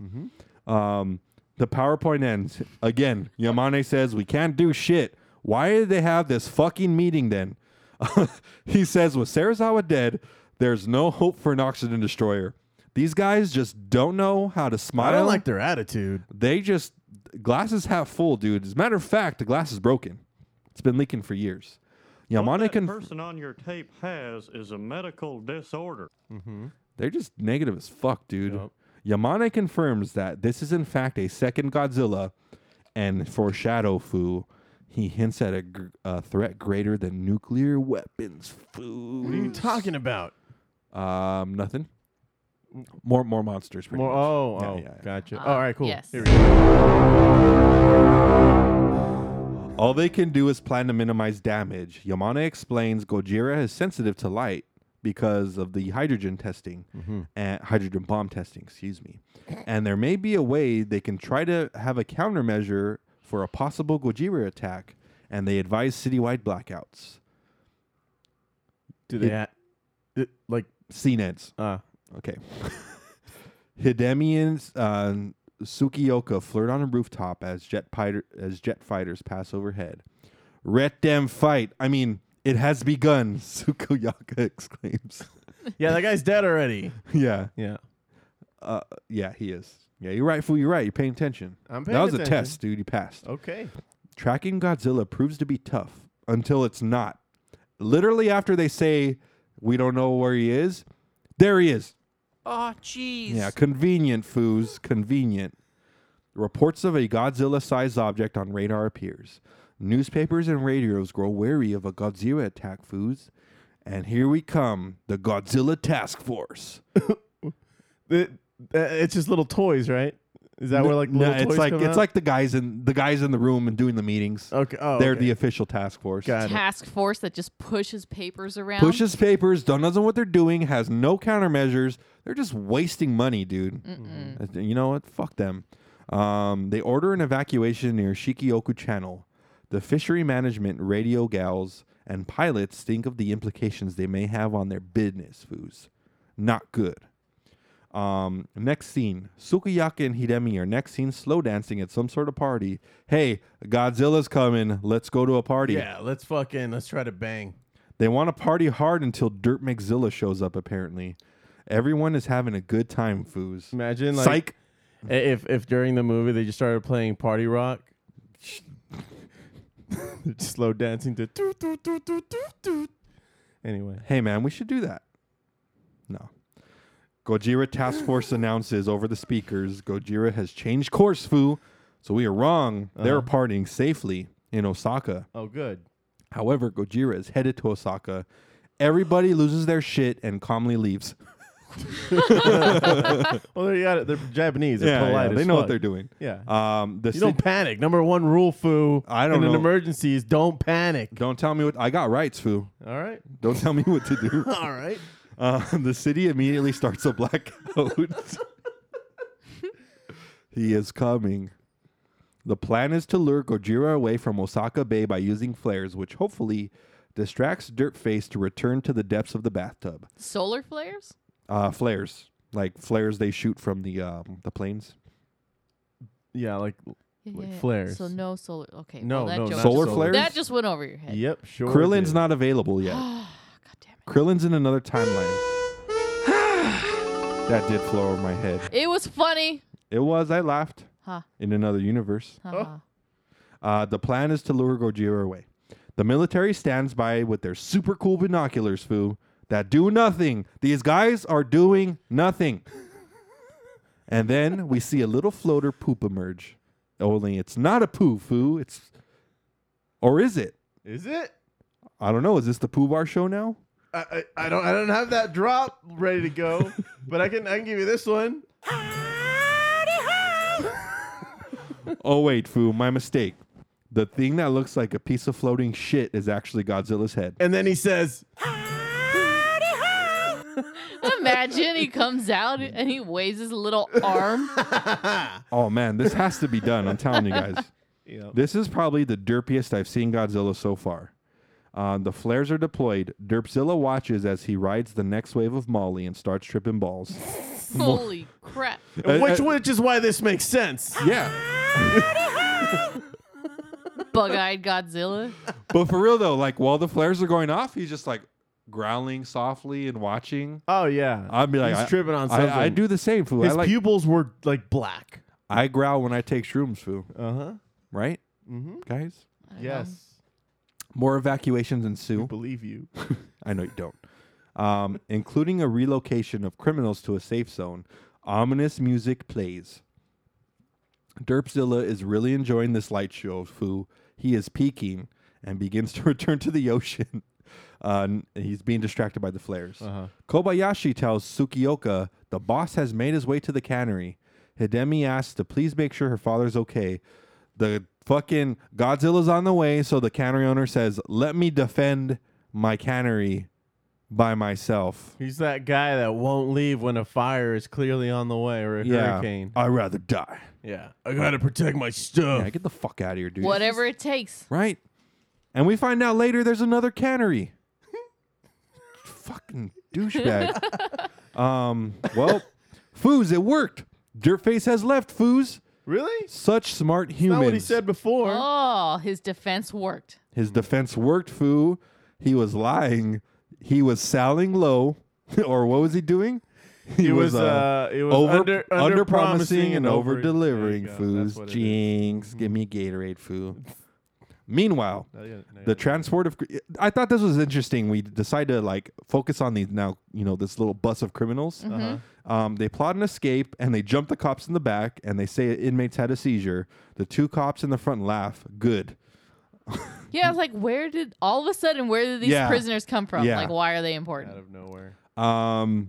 S6: Um, the PowerPoint ends again. Yamane says we can't do shit. Why did they have this fucking meeting then? he says with Sarazawa dead, there's no hope for an oxygen destroyer. These guys just don't know how to smile.
S4: I don't like their attitude.
S6: they just glasses half full, dude. As a matter of fact, the glass is broken. It's been leaking for years.
S8: What
S6: Yamane
S8: that
S6: can.
S8: person on your tape has is a medical disorder.
S6: They're just negative as fuck, dude.
S4: Yup.
S6: Yamane confirms that this is in fact a second Godzilla, and for Shadow Fu, he hints at a, gr- a threat greater than nuclear weapons. Foo.
S4: What are you talking about? Mm-hmm.
S6: Um, nothing. More, more monsters. pretty
S4: Mm. More.
S6: much.
S4: Oh,
S6: Yeah,
S4: oh,
S6: yeah, yeah.
S4: gotcha. all right, cool.
S7: Uh, yes.
S4: Here we go.
S6: All they can do is plan to minimize damage. Yamane explains Gojira is sensitive to light because of the hydrogen testing and hydrogen bomb testing, excuse me. And there may be a way they can try to have a countermeasure for a possible Gojira attack, and they advise citywide blackouts.
S4: Do they
S6: It-
S4: ha- it- like
S6: CNEDs.
S4: uh
S6: Okay. Hidemi and uh, Sukiyoka flirt on a rooftop as jet piter- as jet fighters pass overhead. Ret them fight. I mean, it has begun. Sukiyoka exclaims.
S4: yeah, that guy's dead already.
S6: yeah,
S4: Yeah.
S6: uh, yeah, he is. Yeah, you're right, fool. You're right. You're paying attention.
S4: I'm
S6: that
S4: paying
S6: was
S4: attention.
S6: a test, dude. You passed.
S4: Okay.
S6: Tracking Godzilla proves to be tough until it's not. Literally, after they say we don't know where he is, there he is.
S9: Oh, jeez.
S6: Yeah, convenient, foos. Convenient. Reports of a Godzilla sized object on radar appears. Newspapers and radios grow wary of a Godzilla attack, foos. And here we come, the Godzilla Task Force.
S4: The- Uh, it's just little toys, right? Is that where like
S6: no,
S4: little toys
S6: it's like
S4: come
S6: it's
S4: out?
S6: like the guys in the guys in the room and doing the meetings.
S4: okay. Oh,
S6: They're
S4: okay.
S6: the official task force.
S4: Got it.
S7: Task force that just pushes papers around.
S6: Pushes papers, don't knows what they're doing, has no countermeasures. They're just wasting money, dude. Uh, You know what? Fuck them. Um, they order an evacuation near Shikioku Channel. The fishery management, radio gals, and pilots think of the implications they may have on their business, foos. Not good. Um, next scene, Sukiyaki and Hidemi are next scene slow dancing at some sort of party. Hey, Godzilla's coming. Let's go to a party.
S4: Yeah, let's fucking let's try to bang.
S6: They want to party hard until Dirt McZilla shows up, apparently. Everyone is having a good time, foos.
S4: Imagine like
S6: Psych.
S4: i- if if during the movie they just started playing party rock. slow dancing to doo, doo, doo, doo, doo, doo. anyway.
S6: Hey, man, we should do that. No. Gojira Task Force announces over the speakers Gojira has changed course, foo. So we are wrong. They're partying safely in Osaka.
S4: Oh good.
S6: However, Gojira is headed to Osaka. Everybody loses their shit and calmly leaves.
S4: Well they got it. They're Japanese. They're polite.
S6: they
S4: as
S6: know what
S4: fuck.
S6: they're doing.
S4: Yeah.
S6: Um, the
S4: you
S6: sit-
S4: don't panic. Number one rule, foo.
S6: I don't
S4: in an
S6: know.
S4: emergency is don't panic.
S6: don't tell me what I got rights, foo.
S4: All right.
S6: Don't tell me what to do.
S4: All right.
S6: Uh, the city immediately starts a blackout. he is coming. The plan is to lure Gojira away from Osaka Bay by using flares, which hopefully distracts Dirtface to return to the depths of the bathtub.
S7: Solar flares?
S6: Uh, flares, like flares they shoot from the um, the planes.
S4: Yeah, like
S7: Yeah,
S4: Like
S7: yeah, yeah.
S4: flares.
S7: So no solar. Okay.
S4: no,
S7: well, that
S4: no,
S7: joke
S4: not
S6: Solar
S4: solar.
S6: flare?
S7: That just went over your head.
S4: Yep, sure.
S6: Krillin's
S4: did.
S6: not available yet.
S7: God damn it.
S6: Krillin's in another timeline. that did flow over my head.
S7: It was funny.
S6: It was. I laughed.
S7: Huh.
S6: In another universe.
S7: Uh-huh.
S6: Uh, the plan is to lure Gojira away. The military stands by with their super cool binoculars, foo, that do nothing. These guys are doing nothing. and then we see a little floater poop emerge. Only it's not a poo, foo. It's. Or is it?
S4: Is it?
S6: I don't know. Is this the Poo Bar show now?
S4: I, I, I don't I don't have that drop ready to go, but I can I can give you this one.
S6: oh, wait, foo. My mistake. The thing that looks like a piece of floating shit is actually Godzilla's head.
S4: And then he says,
S7: Imagine he comes out and he waves his little arm.
S6: Oh, man. This has to be done. I'm telling you guys.
S4: you know,
S6: This is probably the derpiest I've seen Godzilla so far. Um, the flares are deployed. Derpzilla watches as he rides the next wave of Molly and starts tripping balls.
S7: Holy crap.
S6: Uh,
S4: which
S6: uh,
S4: which is why this makes sense.
S6: Yeah.
S7: Bug eyed Godzilla.
S6: But for real though, like while the flares are going off, he's just like growling softly and watching.
S4: Oh yeah.
S6: I'd be like,
S4: He's
S6: I-
S4: tripping on something.
S6: I, I do the same, foo.
S4: His
S6: I like
S4: pupils were like black.
S6: I growl when I take shrooms, foo.
S4: Uh-huh.
S6: Right? Mm-hmm. Guys.
S4: Yes.
S6: More evacuations ensue.
S4: Believe you.
S6: I know you don't. Um, including a relocation of criminals to a safe zone. Ominous music plays. Derpzilla is really enjoying this light show of Foo. He is peaking and begins to return to the ocean. Uh, n- he's being distracted by the flares. Kobayashi tells Tsukioka the boss has made his way to the cannery. Hidemi asks to please make sure her father's okay. The fucking Godzilla's on the way, so the cannery owner says, Let me defend my cannery by myself.
S4: He's that guy that won't leave when a fire is clearly on the way or a hurricane.
S6: I'd rather die.
S4: Yeah. I gotta protect my stuff.
S6: Yeah, get the fuck out of here, dude.
S7: Whatever it takes.
S6: Right. And we find out later there's another cannery. Fucking douchebag. um, well, Foos, it worked. Dirtface has left, Foos.
S4: Really?
S6: Such smart humans.
S4: Not what he said before.
S7: Oh, his defense worked.
S6: His defense worked, Foo. He was lying. He was selling low. or what was he doing? He
S4: It was, uh, it was
S6: over,
S4: under, promising
S6: under promising and over delivering,
S4: There you go. That's
S6: Foos.
S4: what it is. Mm-hmm.
S6: Jinx. Give me Gatorade, Foo. Meanwhile,
S4: Oh, yeah, no,
S6: the transport of cr- i thought this was interesting we decide to like focus on these now you know this little bus of criminals
S4: Uh-huh.
S6: um, they plot an escape and they jump the cops in the back and they say inmates had a seizure the two cops in the front laugh good
S7: Yeah, I was like, where did all of a sudden where did these
S6: Yeah.
S7: prisoners come from?
S6: Yeah.
S7: Like why are they important?
S4: out of nowhere.
S6: um,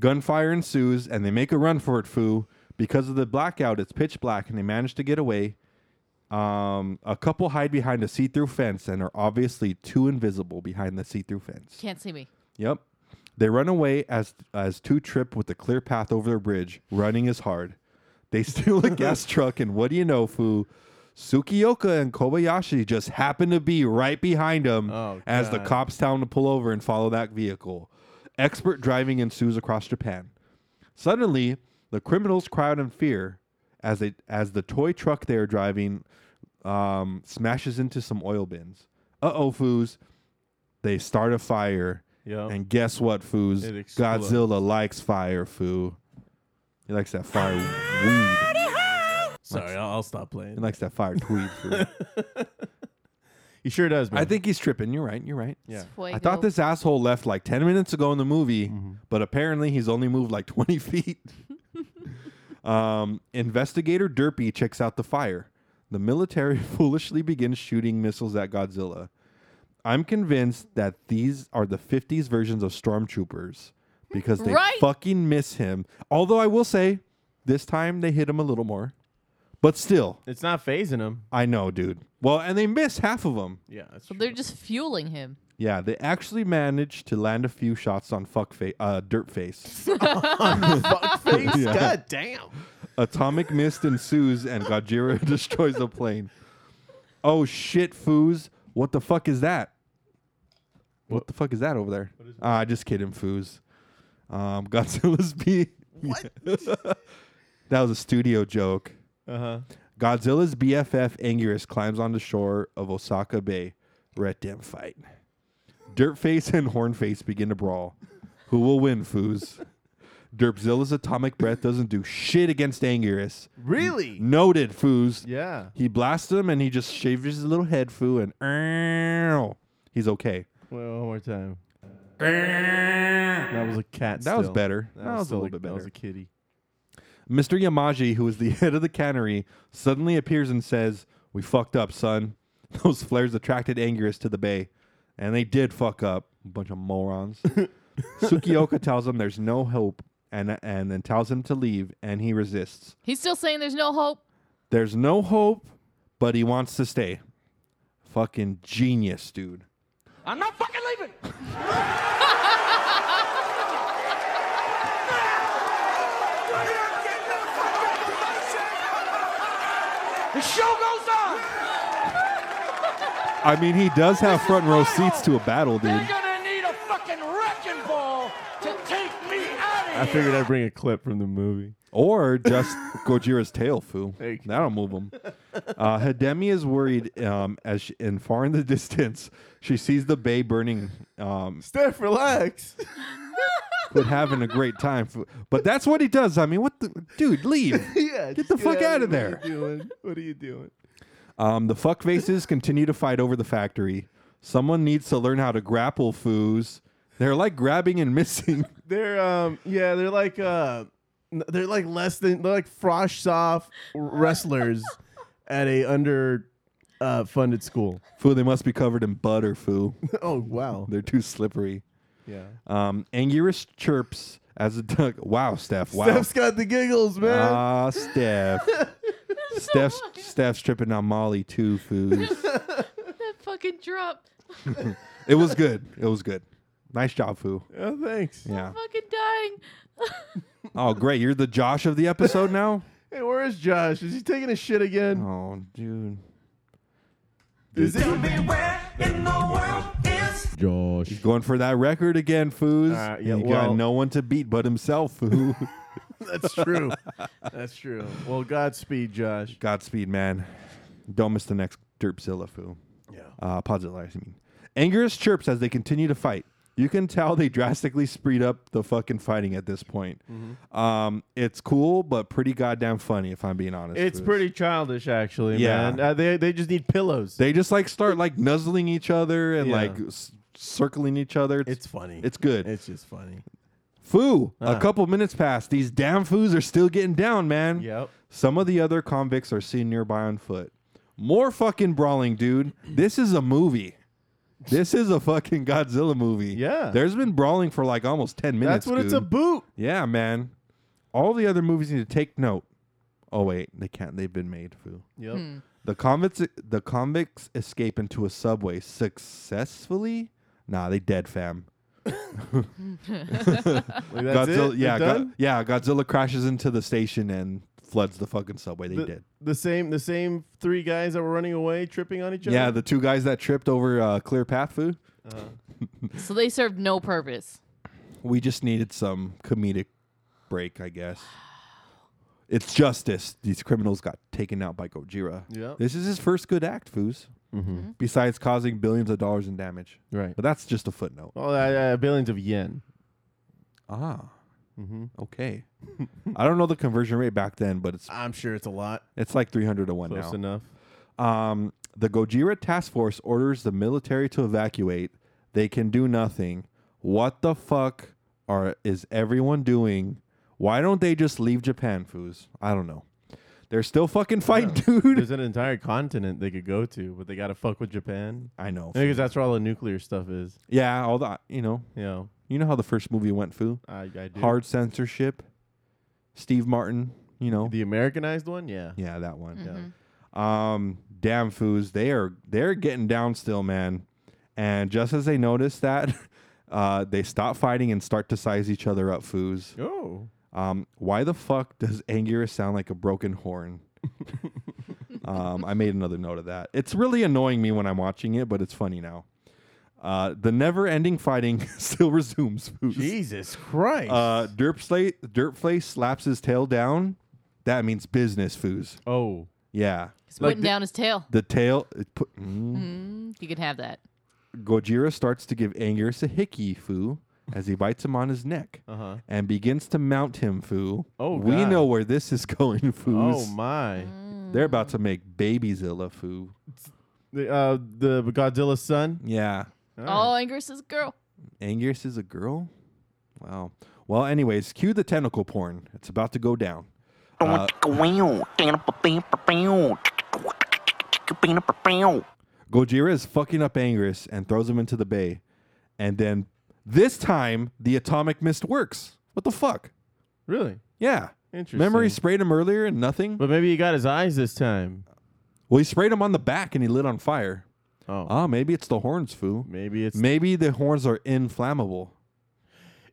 S6: Gunfire ensues, and they make a run for it, Foo. Because of the blackout, it's pitch black, and they manage to get away. Um, a couple hide behind a see through fence and are obviously too invisible behind the see through fence.
S7: Can't see me.
S6: Yep. They run away as as two trip with a clear path over the bridge. Running is hard. They steal a gas truck, and what do you know, Fu? Sukioka and Kobayashi just happen to be right behind them
S4: Oh,
S6: as the
S4: God.
S6: cops tell them to pull over and follow that vehicle. Expert driving ensues across Japan. Suddenly, the criminals cry out in fear as they as the toy truck they are driving um, smashes into some oil bins. Uh oh, foos! They start a fire,
S4: Yep.
S6: and guess what, foos?
S4: It explodes.
S6: Godzilla likes fire, foo. He likes that fire weed.
S4: Sorry, I'll, I'll stop
S6: He
S4: playing.
S6: likes that fire tweed. Foo.
S4: He sure does, man.
S6: I think he's tripping. You're right. You're right.
S4: Yeah.
S6: I thought this asshole left like 10 minutes ago in the movie, but apparently he's only moved like 20 feet. um, investigator Derpy checks out the fire. The military foolishly begins shooting missiles at Godzilla. I'm convinced that these are the 50s versions of stormtroopers because they
S7: Right.
S6: fucking miss him. Although I will say, this time they hit him a little more. But still,
S4: It's not phasing him.
S6: I know, dude. Well, and they miss half of them.
S4: Yeah, that's
S7: They're just fueling him.
S6: Yeah, they actually managed to land a few shots on fuckface, uh, dirtface.
S4: face. God damn.
S6: Atomic mist ensues, and Godzilla destroys the plane. Oh shit, foos! What the fuck is that? What, the fuck is that over there? Ah, just kidding, foos. Um, Godzilla's being. What? that was a studio joke.
S4: Uh huh.
S6: Godzilla's BFF Anguirus climbs on the shore of Osaka Bay. Red damn fight. Dirtface and Hornface begin to brawl. Who will win, foos? Derpzilla's atomic breath doesn't do shit against Anguirus.
S4: Really?
S6: Noted, foos.
S4: Yeah.
S6: He blasts him and he just shaves his little head, foo, and ow, he's okay.
S4: Wait, one more time. That was a cat.
S6: That was
S4: still.
S6: better. That was a
S4: still
S6: little bit
S4: That was a
S6: better.
S4: kitty.
S6: Mr. Yamaji, who is the head of the cannery, suddenly appears and says, We fucked up, son. Those flares attracted Anguirus to the bay. And they did fuck up. A bunch of morons. Sukioka tells him there's no hope and, and then tells him to leave, and he resists.
S7: He's still saying there's no hope.
S6: There's no hope, but he wants to stay. Fucking genius, dude. I mean, he does have front row seats to a battle, dude.
S4: I figured I'd bring a clip from the movie.
S6: Or just Gojira's tail, foo.
S4: There you go.
S6: That'll move him. Uh, Hidemi is worried um, as she, and far in the distance, she sees the bay burning, um,
S4: Steph, relax.
S6: but having a great time. foo. But that's what he does. I mean, what the dude? Leave.
S4: yeah.
S6: Get the
S4: just
S6: fuck
S4: out
S6: outta there.
S4: What are you doing? What are you doing?
S6: Um, the fuck faces continue to fight over the factory. Someone needs to learn how to grapple, foos. They're like grabbing and missing.
S4: They're um yeah, they're like uh n- they're like less than they're like frosh soft wrestlers at a under uh funded school.
S6: Foo, they must be covered in butter, foo.
S4: oh wow.
S6: They're too slippery.
S4: Yeah.
S6: Um, Anguirus chirps as a duck. Wow, Steph. Wow.
S4: Steph's got the giggles, man.
S6: Ah, Steph. Steph's Steph's tripping on Molly too. Foos.
S7: That fucking drop.
S6: it was good. It was good. Nice job, Foo.
S4: oh, thanks.
S6: Yeah.
S7: Fucking dying.
S6: Oh, great. You're the Josh of the episode now.
S4: Hey, where is Josh? Is he taking a shit again?
S6: Oh, dude.
S4: Is it
S6: He's going for that record again, Foos.
S4: Uh, yeah,
S6: he
S4: well-
S6: got no one to beat but himself, Foo.
S4: That's true. That's true. Well, Godspeed, Josh.
S6: Godspeed, man. Don't miss the next Derpzilla, Foo.
S4: Yeah.
S6: uh, Podzilla, I mean. Angerous chirps as they continue to fight. You can tell they drastically speed up the fucking fighting at this point.
S4: Mm-hmm.
S6: Um, it's cool, but pretty goddamn funny, if I'm being honest.
S4: It's
S6: with
S4: pretty childish actually,
S6: Yeah.
S4: man. Uh, they they just need pillows.
S6: you. They just like start like nuzzling each other and
S4: Yeah.
S6: like s- circling each other.
S4: it's funny.
S6: it's good.
S4: it's Uh. just funny.
S6: Foo. A couple minutes pass. These damn foos are still getting down, man.
S4: Yep.
S6: Some of the other convicts are seen nearby on foot. More fucking brawling, dude. This is a movie. This is a fucking Godzilla movie.
S4: Yeah.
S6: There's been brawling for like almost 10 minutes.
S4: That's what it's
S6: dude.
S4: about.
S6: Yeah, man. All the other movies need to take note. Oh wait, they can't. They've been made. Foo.
S4: Yep.
S6: The convicts, the convicts escape into a subway successfully. Nah, they dead, fam.
S4: Like, that's
S6: Godzilla,
S4: it.
S6: yeah,
S4: They're
S6: Go-
S4: done?
S6: yeah. Godzilla crashes into the station and floods the fucking subway. They
S4: the,
S6: did.
S4: the same the same three guys that were running away, tripping on each other.
S6: Yeah, the two guys that tripped over uh, clear path food.
S7: So they served no purpose.
S6: We just needed some comedic break, I guess. It's justice. These criminals got taken out by Gojira.
S4: Yep.
S6: This is his first good act, foos.
S4: Mm-hmm.
S6: Besides causing billions of dollars in damage.
S4: right.
S6: But that's just a footnote.
S4: Oh, uh, uh, billions of yen.
S6: Ah. Okay. I don't know the conversion rate back then, but it's
S4: I'm sure it's a lot.
S6: it's like 300 to 1
S4: Close
S6: now.
S4: enough.
S6: Um, the Gojira task force orders the military to evacuate. They can do nothing. What the fuck are is everyone doing? Why don't they just leave Japan, foos? I don't know. They're still fucking fighting, dude.
S4: There's an entire continent they could go to, but they got to fuck with Japan
S6: I know.
S4: because that's where all the nuclear stuff is.
S6: Yeah, all the you know,
S4: You know,
S6: you know how the first movie went, foo.
S4: I, I do.
S6: Hard censorship. Steve Martin, you know.
S4: The Americanized one, yeah.
S6: Yeah, that one.
S4: Yeah.
S6: Um, damn foos, they are they're getting down still, man. And just as they notice that, uh, they stop fighting and start to size each other up, foos.
S4: Oh,
S6: Um, why the fuck does Anguirus sound like a broken horn? um, I made another note of that. It's really annoying me when I'm watching it, but it's funny now. Uh, the never-ending fighting still resumes. Foos.
S4: Jesus Christ!
S6: Uh, Dirtfla- Dirtface slaps his tail down. That means business, foos.
S4: oh,
S6: Yeah.
S7: He's
S4: Like
S7: putting
S4: the-
S7: down his tail.
S6: The tail. It put, mm.
S7: Mm, you can have that.
S6: Gojira starts to give Anguirus a hickey foo as he bites him on his neck
S4: Uh-huh.
S6: and begins to mount him foo.
S4: Oh,
S6: we
S4: God.
S6: know where this is going,
S4: oh
S6: foos.
S4: my!
S6: They're about to make Babyzilla foo.
S4: The uh, the Godzilla son.
S6: Yeah,
S7: Oh, Ingress's girl.
S6: Anguirus is a girl. Wow. Well, anyways, cue the tentacle porn. It's about to go down. Uh, Gojira is fucking up Anguirus and throws him into the bay. And then this time, the atomic mist works. What the fuck?
S4: Really?
S6: Yeah.
S4: Interesting.
S6: Memory sprayed him earlier and nothing.
S4: But maybe he got his eyes this time.
S6: Well, he sprayed him on the back and he lit on fire.
S4: Oh,
S6: Ah, maybe it's the horns, foo.
S4: maybe it's
S6: Maybe the horns are inflammable.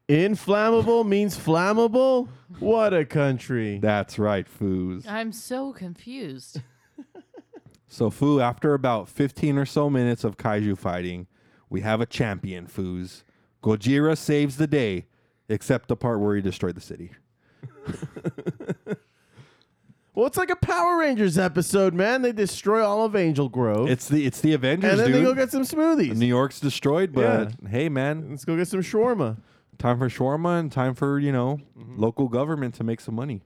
S4: inflammable means flammable. What a country!
S6: That's right, foos.
S7: I'm so confused.
S6: So, foo, after about 15 or so minutes of kaiju fighting, we have a champion, foos. Gojira saves the day, except the part where he destroyed the city.
S4: Well, it's like a Power Rangers episode, man. They destroy all of Angel Grove,
S6: It's the it's the Avengers,
S4: and then they
S6: dude.
S4: go get some smoothies.
S6: New York's destroyed, but hey, man,
S4: Let's go get some shawarma.
S6: time for shawarma and time for you know local government to make some money.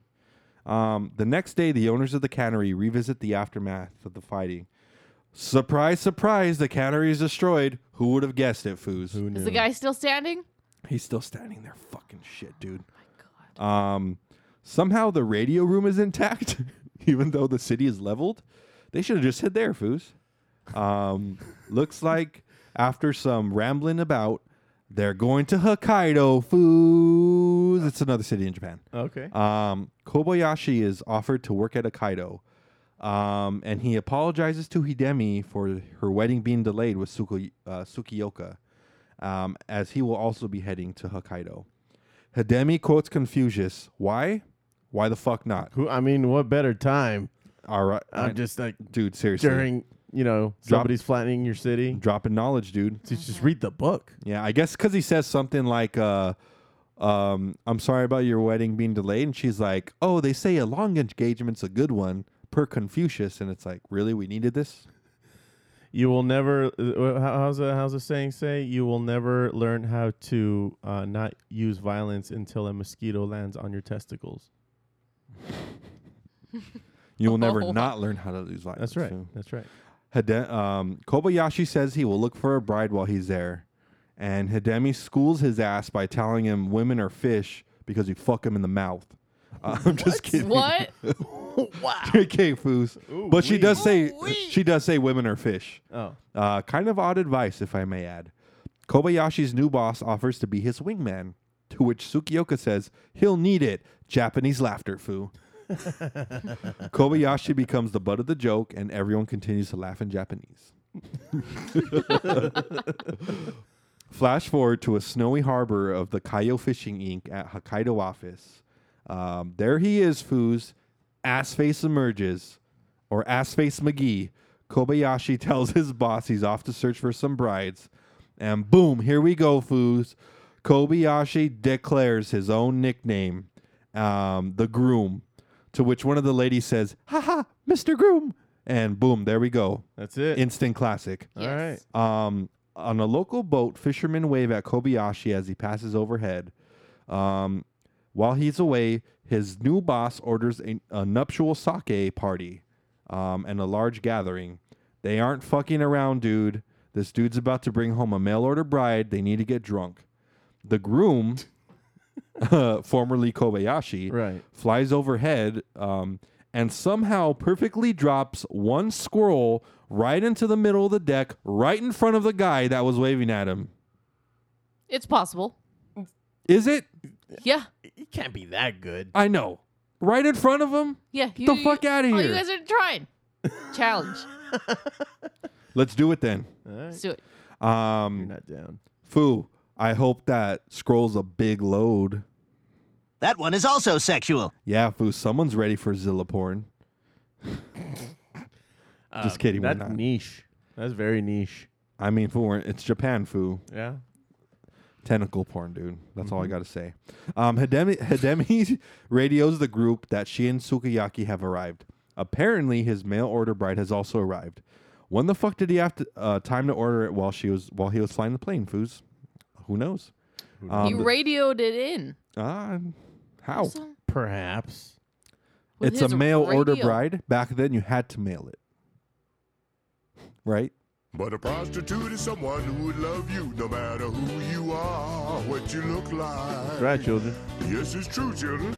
S6: Um, the next day, the owners of the cannery revisit the aftermath of the fighting. Surprise, surprise! The cannery is destroyed. Who would have guessed it, foos?
S7: Is the guy still standing?
S6: He's still standing there, fucking shit, dude. Um, somehow the radio room is intact, even though the city is leveled. They should have just hid there, foos. Um, looks like after some rambling about, they're going to Hokkaido, foos. It's another city in Japan.
S4: Okay.
S6: Um, Kobayashi is offered to work at Hokkaido, um, and he apologizes to Hidemi for her wedding being delayed with Suku, uh, Sukioka, um, as he will also be heading to Hokkaido. Hidemi quotes Confucius. Why? Why the fuck not?
S4: Who? I mean, what better time?
S6: All right, I-
S4: I'm just like
S6: dude. Seriously,
S4: during, you know,
S6: Drop-
S4: somebody's flattening your city.
S6: dropping knowledge, dude.
S4: To just read the book.
S6: Yeah, I guess because he says something like, uh, um, "I'm sorry about your wedding being delayed," and she's like, "Oh, they say a long engagement's a good one per Confucius," and it's like, "Really, we needed this."
S4: You will never. Uh, how- how's the how's the saying say? You will never learn how to uh, not use violence until a mosquito lands on your testicles.
S6: You will never
S7: Oh.
S6: not learn how to lose violence.
S4: That's right.
S6: so.
S4: That's right.
S6: Hide- um, Kobayashi says he will look for a bride while he's there, and Hidemi schools his ass by telling him women are fish because you fuck them in the mouth. Uh, I'm just kidding.
S7: What?
S5: wow.
S6: JK Foos. But she does say
S5: Ooh-wee.
S6: she does say women are fish.
S4: Oh.
S6: Uh, kind of odd advice, if I may add. Kobayashi's new boss offers to be his wingman, to which Sukioka says he'll need it. Japanese laughter, foo. Kobayashi becomes the butt of the joke, and everyone continues to laugh in Japanese. Flash forward to a snowy harbor of the Kayo Fishing Inc. at Hokkaido office. Um, there he is, Foos. Assface emerges, or Assface McGee. Kobayashi tells his boss he's off to search for some brides. And boom, here we go, Foos. Kobayashi declares his own nickname, um, the groom, to which one of the ladies says, Haha, Mr. Groom. And boom, there we go.
S4: That's it.
S6: Instant classic.
S7: Yes.
S4: right.
S6: Um, on a local boat, fishermen wave at Kobayashi as he passes overhead. Um, while he's away, his new boss orders a, a nuptial sake party um, and a large gathering. They aren't fucking around, dude. This dude's about to bring home a mail order bride. They need to get drunk. The groom, formerly Kobayashi,
S4: Right.
S6: flies overhead um, and somehow perfectly drops one squirrel right into the middle of the deck, right in front of the guy that was waving at him.
S7: It's possible.
S6: Is it?
S7: Yeah.
S5: You can't be that good.
S6: I know. Right in front of him?
S7: Yeah.
S6: the fuck outta
S7: Oh,
S6: here.
S7: you guys are trying. Challenge.
S6: Let's do it then.
S7: Let's do it.
S4: You're
S6: Um,
S4: not down.
S6: Foo, I hope that scroll's a big load.
S5: That one is also sexual.
S6: Yeah, Foo, someone's ready for Zilla porn. Just kidding. We're
S4: That's
S6: not.
S4: niche. That's very niche.
S6: I mean, Foo, we're- it's Japan, Foo.
S4: Yeah.
S6: tentacle porn, dude. That's all I gotta say. Um, Hidemi, Hidemi radios the group that she and Sukiyaki have arrived. Apparently, his mail order bride has also arrived. When the fuck did he have to, uh, time to order it while she was while he was flying the plane? Foos, who knows? Um,
S7: He radioed it in.
S6: ah, how?
S7: So,
S4: Perhaps.
S7: with
S6: it's a
S7: his
S6: mail order
S7: radio.
S6: bride. Back then, you had to mail it, right?
S9: But a prostitute is someone who would love you no matter who you are, what you look like.
S4: That's right, children.
S9: Yes, it's true, children.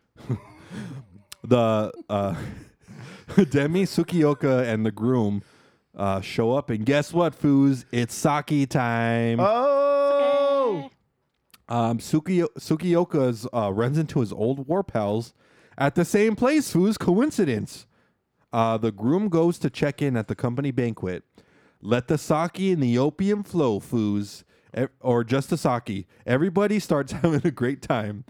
S6: the uh, Demi Sukioka and the groom uh, show up, and guess what, foos? It's sake time.
S4: Oh.
S6: Um, Suki- Sukioka's uh, runs into his old war pals at the same place. Foos, coincidence. Uh, the groom goes to check in at the company banquet. Let the sake and the opium flow, foos, E- or just the sake. Everybody starts having a great time.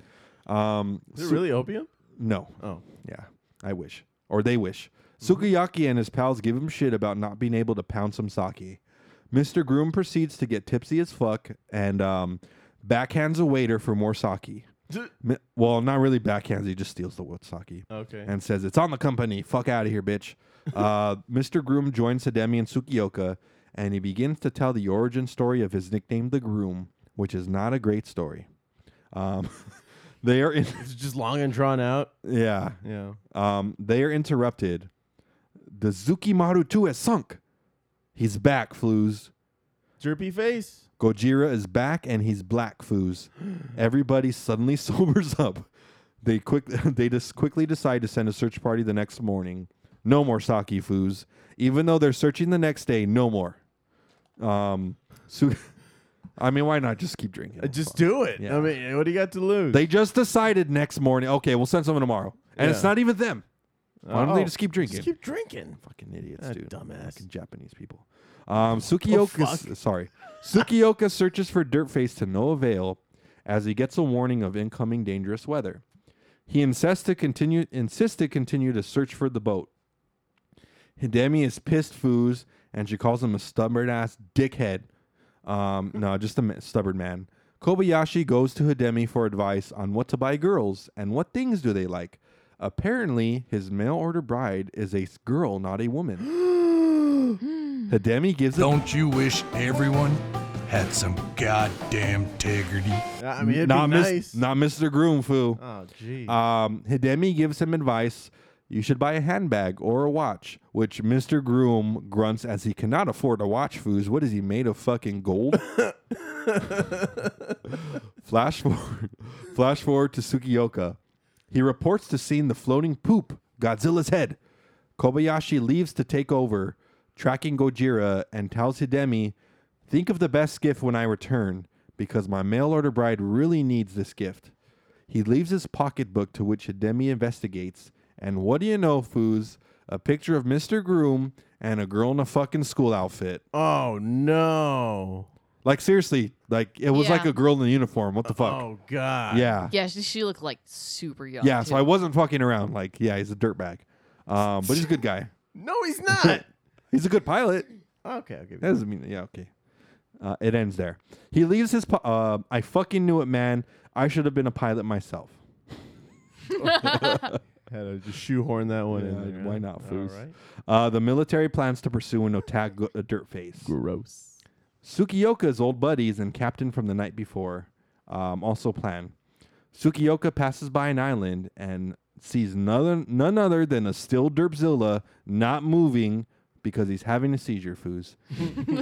S6: Um,
S4: Is it really opium?
S6: no.
S4: Oh.
S6: Yeah, I wish. Or they wish. Sukiyaki and his pals give him shit about not being able to pound some sake. Mr. Groom proceeds to get tipsy as fuck and um, backhands a waiter for more sake. Mi- Well, not really backhands, he just steals the wo- sake
S4: Okay.
S6: and says, It's on the company. Fuck out of here, bitch. Uh, Mr. Groom joins Hidemi and Sukioka and he begins to tell the origin story of his nickname, The Groom, which is not a great story. Um, they are in,
S4: it's just long and drawn out.
S6: yeah.
S4: Yeah.
S6: Um, they are interrupted. The Zukimaru 2 has sunk. He's back, Flues.
S4: Derpy face.
S6: Gojira is back and he's black, Foos. Everybody suddenly sobers up. They quick they just quickly decide to send a search party the next morning. No more Saki Foos. Even though they're searching the next day, no more. Um Su- I mean, why not just keep drinking?
S4: Uh, Just do it.
S6: Yeah.
S4: I mean, what do you got to lose?
S6: They just decided next morning, okay, we'll send someone tomorrow. And it's
S4: Yeah.
S6: not even them. Why don't they
S4: Oh.
S6: just keep drinking?
S4: Just keep drinking.
S6: Fucking idiots,
S4: Ah,
S6: dude.
S4: dumbass. Oh,
S6: Fucking Japanese people. Um, Sukioka, sorry, Sukioka searches for Dirtface to no avail, as he gets a warning of incoming dangerous weather. He insists to continue, insists to continue to search for the boat. Hidemi is pissed foos, and she calls him a stubborn ass dickhead. Um, no, just a ma- stubborn man. Kobayashi goes to Hidemi for advice on what to buy girls and what things do they like. Apparently, his mail order bride is a s- girl, not a woman. Hidemi gives it.
S10: Don't you wish everyone had some goddamn integrity?
S4: I mean, it'd
S6: not,
S4: be
S6: mis-
S4: nice.
S6: not Mr. Groom, foo.
S4: oh, gee.
S6: Um, Hidemi gives him advice. You should buy a handbag or a watch, which Mr. Groom grunts as he cannot afford a watch, Foos. What is he made of fucking gold? flash forward, flash forward to Sukioka. He reports to seeing the floating poop Godzilla's head. Kobayashi leaves to take over, tracking Gojira, and tells Hidemi, Think of the best gift when I return, because my mail order bride really needs this gift. He leaves his pocketbook to which Hidemi investigates, and what do you know, Foos? A picture of Mr. Groom and a girl in a fucking school outfit.
S4: Oh no!
S6: Like seriously, like it was
S7: Yeah.
S6: like a girl in a uniform. What the fuck?
S4: Oh god!
S6: yeah.
S7: Yeah, she, she looked like super young.
S6: Yeah, so I
S7: too.
S6: wasn't fucking around. Like, yeah, he's a dirtbag. Um, but he's a good guy.
S4: No, he's not.
S6: He's a good pilot.
S4: okay, I'll give
S6: That doesn't mean yeah, okay. Uh, it ends there. He leaves his. Po- uh, I fucking knew it, man. I should have been a pilot myself.
S4: Had to just shoehorn that one in.
S6: Yeah,
S4: there,
S6: Uh, why
S4: huh?
S6: not,
S4: All
S6: Foos?
S4: right.
S6: Uh, the military plans to pursue an Otago uh, dirt face.
S4: Gross.
S6: Sukiyoka's old buddies and captain from the night before um, also plan. Sukiyoka passes by an island and sees none, none other than a still Derpzilla not moving because he's having a seizure, foos.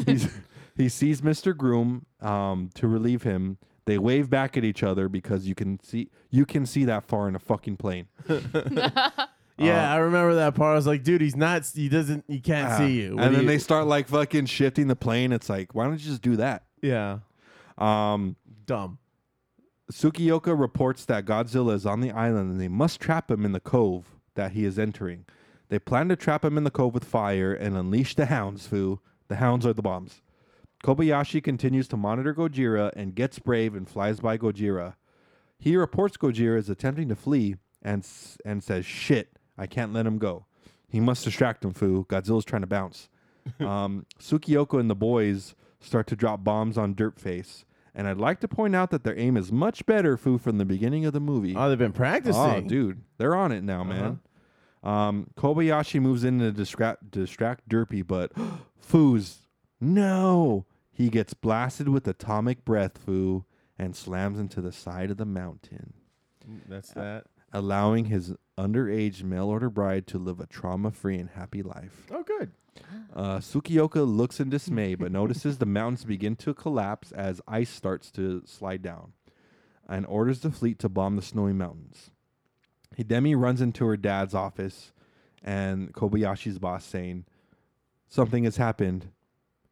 S6: He's- he sees Mr. Groom um, to relieve him. They wave back at each other because you can see you can see that far in a fucking plane. Uh,
S4: Yeah, I remember that part. I was like, dude, he's not. He doesn't. He can't
S6: Ah.
S4: see you. What
S6: and
S4: do
S6: then
S4: you-
S6: they start like fucking shifting the plane. It's like, why don't you just do that?
S4: Yeah.
S6: Um,
S4: Dumb.
S6: Sukiyoka reports that Godzilla is on the island and they must trap him in the cove that he is entering. They plan to trap him in the cove with fire and unleash the hounds, Fu. The hounds are the bombs. Kobayashi continues to monitor Gojira and gets brave and flies by Gojira. He reports Gojira is attempting to flee and, s- and says, Shit, I can't let him go. He must distract him, Fu. Godzilla's trying to bounce. um, Sukiyoko and the boys start to drop bombs on Dirtface. And I'd like to point out that their aim is much better, Fu, from the beginning of the movie.
S4: Oh, they've been practicing.
S6: Oh, dude, they're on it now, man. Um, Kobayashi moves in to distra- distract Derpy, but Foo's no. He gets blasted with atomic breath, Foo, and slams into the side of the mountain,
S4: That's
S6: Uh,
S4: that.
S6: allowing his underage mail order bride to live a trauma free and happy life.
S4: Oh, good.
S6: Uh, Sukiyoka looks in dismay, but notices the mountains begin to collapse as ice starts to slide down, and orders the fleet to bomb the snowy mountains. Hidemi runs into her dad's office, and Kobayashi's boss saying, "Something has happened.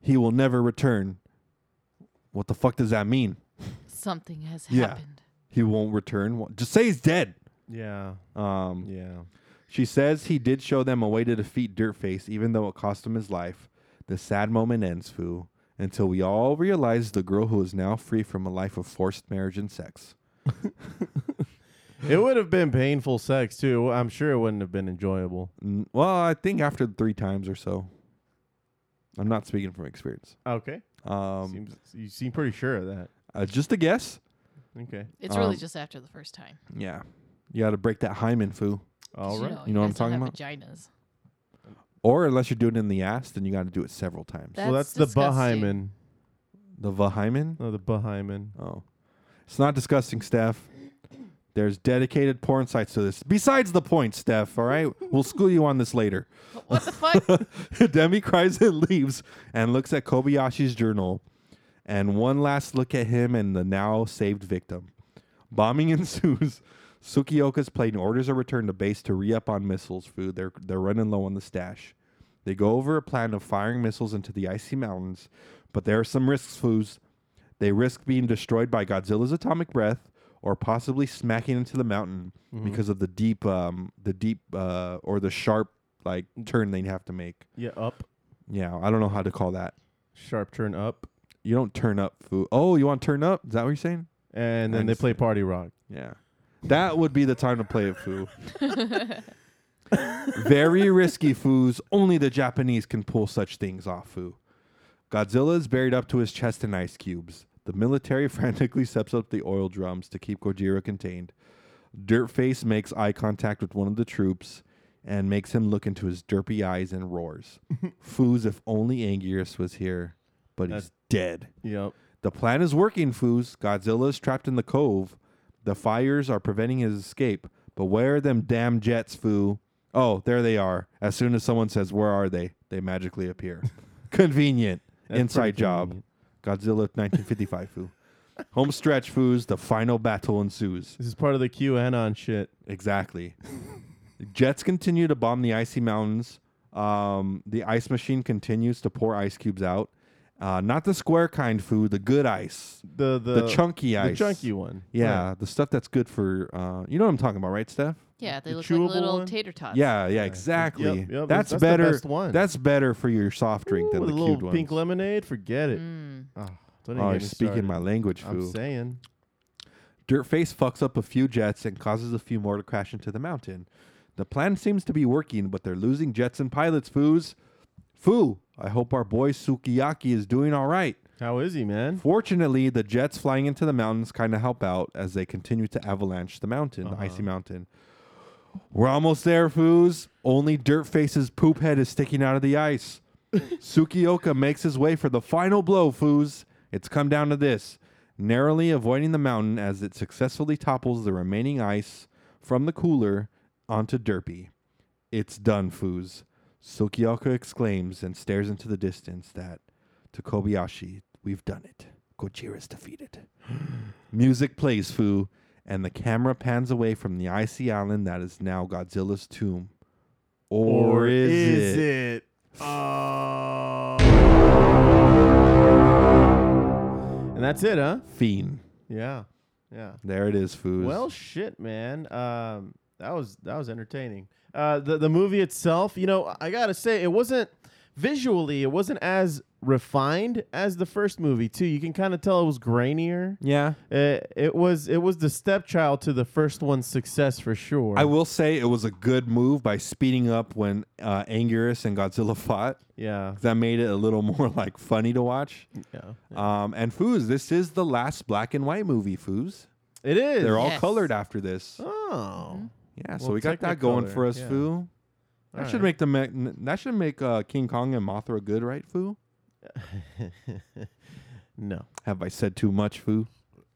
S6: He will never return." What the fuck does that mean?
S7: Something has
S6: Yeah.
S7: happened.
S6: He won't return. Wha- Just say he's dead.
S4: Yeah.
S6: Um,
S4: Yeah.
S6: she says he did show them a way to defeat Dirtface, even though it cost him his life. The sad moment ends, Foo, until we all realize the girl who is now free from a life of forced marriage and sex.
S4: It would have been painful sex too. I'm sure it wouldn't have been enjoyable.
S6: N- Well, I think after three times or so. I'm not speaking from experience.
S4: Okay.
S6: Um,
S4: Seems you seem pretty sure of that.
S6: uh, just a guess.
S4: Okay.
S7: It's really
S6: Um,
S7: just after the first time.
S6: Yeah, you got to break that hymen, Foo.
S4: All right.
S6: You know what
S7: guys
S6: I'm
S7: don't
S6: talking
S7: have Vaginas.
S6: Or unless you're doing it in the ass, then you got to do it several times.
S7: That-
S4: well, that's
S7: That's
S4: the
S7: disgusting.
S4: Bahaiman.
S6: the vahymen.
S4: Oh, the Bahaiman.
S6: Oh. It's not disgusting, Steph. There's dedicated porn sites to this. Besides the point, Steph, all right? We'll school you on this later.
S7: What the fuck?
S6: Demi cries and leaves and looks at Kobayashi's journal. And one last look at him and the now saved victim. Bombing ensues. Sukiyoka's plane orders a return to base to re up on missiles food. They're, they're running low on the stash. They go over a plan of firing missiles into the icy mountains, but there are some risks, foos. They risk being destroyed by Godzilla's atomic breath or possibly smacking into the mountain because of the deep, um, the deep, uh, or the sharp, like, turn they have to make.
S4: Yeah, up.
S6: Yeah, I don't know how to call that.
S4: Sharp turn up.
S6: You don't turn up food. Oh, you want to turn up? Is that what you're saying?
S4: And
S6: I
S4: then they play
S6: understand.
S4: party rock.
S6: Yeah. That would be the time to play it, Foo. Very risky, Foos. Only the Japanese can pull such things off, Foo. Godzilla is buried up to his chest in ice cubes. The military frantically steps up the oil drums to keep Gojira contained. Dirtface makes eye contact with one of the troops and makes him look into his derpy eyes and roars. Foos, if only Anguirus was here, but he's
S4: That's-
S6: dead.
S4: Yep.
S6: The plan is working, Foos. Godzilla is trapped in the cove. The fires are preventing his escape. But where are them damn jets, Foo? Oh, there they are. As soon as someone says, Where are they? they magically appear. convenient.
S4: That's
S6: Inside
S4: pretty
S6: job. Godzilla 1955, Foo. Home stretch, Foos. The final battle ensues.
S4: This is part of the QAnon shit.
S6: Exactly. Jets continue to bomb the icy mountains. Um, the ice machine continues to pour ice cubes out. Uh, not the square kind food, the good ice,
S4: The the,
S6: chunky
S4: the
S6: ice,
S4: chunky one.
S6: Yeah, the stuff that's good for uh, you know what I'm talking about, right, Steph?
S7: Yeah, they
S4: The
S7: look like
S4: chewable
S7: little
S4: one?
S7: tater tots.
S6: Yeah, yeah, exactly.
S4: yep, that's-
S6: that's,
S4: that's the
S6: better.
S4: best one.
S6: That's better for your soft drink
S4: Ooh,
S6: than
S4: with
S6: the
S4: a little
S6: cubed
S4: pink
S6: ones.
S4: lemonade. Forget it. Oh, don't even
S6: Oh,
S4: get
S6: you're
S4: me
S6: speaking
S4: started.
S6: my language,
S4: I'm
S6: food.
S4: saying.
S6: Dirtface fucks up a few jets and causes a few more to crash into the mountain. The plan seems to be working, but they're losing jets and pilots, foos. Foo, I hope our boy Sukiyaki is doing all right.
S4: How is he, man?
S6: Fortunately, the jets flying into the mountains kind of help out as they continue to avalanche the mountain, the icy mountain. We're almost there, foos. Only Dirtface's poop head is sticking out of the ice. Sukioka makes his way for the final blow, foos. It's come down to this narrowly avoiding the mountain as it successfully topples the remaining ice from the cooler onto Derpy. It's done, foos. Sukioka exclaims and stares into the distance that to Kobayashi, we've done it. Gojira's defeated. Music plays, Fu, and the camera pans away from the icy island that is now Godzilla's tomb. Or, is, it?
S4: it? Oh. And that's it, huh?
S6: Fiend.
S4: Yeah. Yeah.
S6: There it is, Fu.
S4: Well, shit, man. Um, that was that was entertaining. Uh, the the movie itself, you know, I gotta say, it wasn't visually, it wasn't as refined as the first movie too. You can kind of tell it was grainier.
S6: yeah.
S4: It, it was it was the stepchild to the first one's success for sure.
S6: I will say it was a good move by speeding up when uh, Anguirus and Godzilla fought.
S4: yeah.
S6: That made it a little more like funny to watch.
S4: Yeah.
S6: Um, and Foos, this is the last black and white movie, Foos.
S4: It is.
S6: They're all
S7: Yes.
S6: colored after this.
S4: oh.
S6: Yeah, so
S4: Well,
S6: we got that going for
S4: Technicolor,
S6: us,
S4: yeah.
S6: Foo. That
S4: All right.
S6: should make the ma- n- that should make uh, King Kong and Mothra good, right, Foo?
S4: no.
S6: Have I said too much, Foo?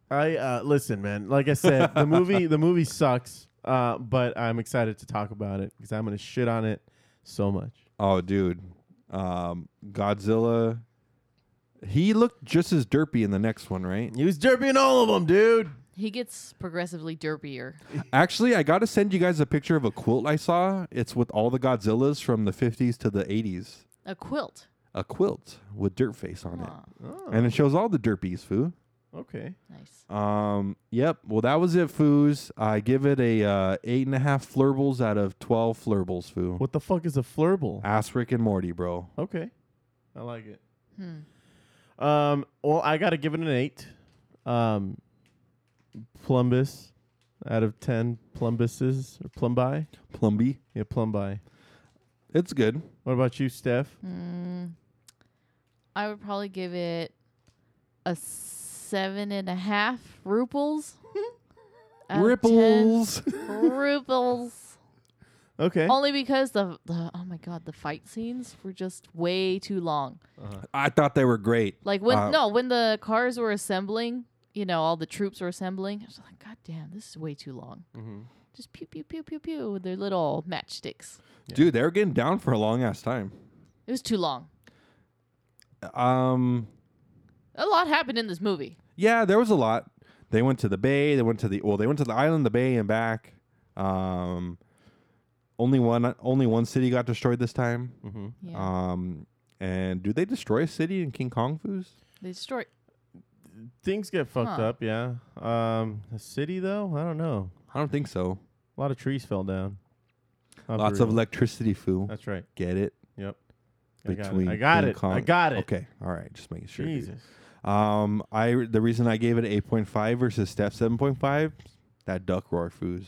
S4: I uh, listen, man. Like I said, the movie the movie sucks, uh, but I'm excited to talk about it because I'm gonna shit on it so much.
S6: Oh, dude, um, Godzilla. He looked just as derpy in the next one, right?
S4: He was derpy in all of them, dude.
S7: He gets progressively derpier.
S6: Actually, I got to send you guys a picture of a quilt I saw. It's with all the Godzillas from the 50s to the 80s.
S7: A quilt.
S6: A quilt with dirt face on
S7: Aw,
S6: it. And it shows all the derpies, Foo.
S4: Okay.
S7: nice.
S6: Um. Yep. Well, that was it, foos. I give it a uh, eight and a half flurbles out of twelve flurbles, foo.
S4: What the fuck is a flurble?
S6: Ask Rick and Morty, bro.
S4: Okay, I like it. Um. Well, I gotta give it an eight. Um. Plumbus, out of ten plumbuses or plumbi.
S6: Plumby.
S4: Yeah, plumbi.
S6: It's good.
S4: What about you, Steph?
S7: Mm, I would probably give it a seven and a half ruples. Out of ten
S6: Ripples.
S7: ruples.
S4: Okay.
S7: Only because the, the oh my god, the fight scenes were just way too long.
S6: I thought they were great.
S7: Like when
S6: Uh,
S7: no, when the cars were assembling, you know, all the troops were assembling. I was like, God damn, this is way too long.
S6: Mm-hmm.
S7: Just pew pew pew pew pew with their little matchsticks.
S6: Dude, they were getting down for a long ass time.
S7: It was too long.
S6: Um.
S7: A lot happened in this movie.
S6: Yeah, there was a lot. They went to the bay. They went to the well. They went to the island, the bay, and back. Um. Only one. Only one city got destroyed this time.
S7: Yeah,
S6: Um. And do they destroy a city in King Kong foos?
S7: they destroyed.
S4: Things get fucked
S7: Huh.
S4: up. Yeah. Um. The city though, I don't know.
S6: I don't think so.
S4: A lot of trees fell down. Not
S6: Lots
S4: for
S6: of
S4: real.
S6: electricity, foo.
S4: That's right.
S6: Get it?
S4: Yep. I got it.
S6: Between
S4: I got
S6: King
S4: it.
S6: Kong-
S4: I got it.
S6: Okay. All right. Just making sure. dude.
S4: Jesus.
S6: Um, I the reason I gave it an eight point five versus Steph seven point five, that duck roar foos.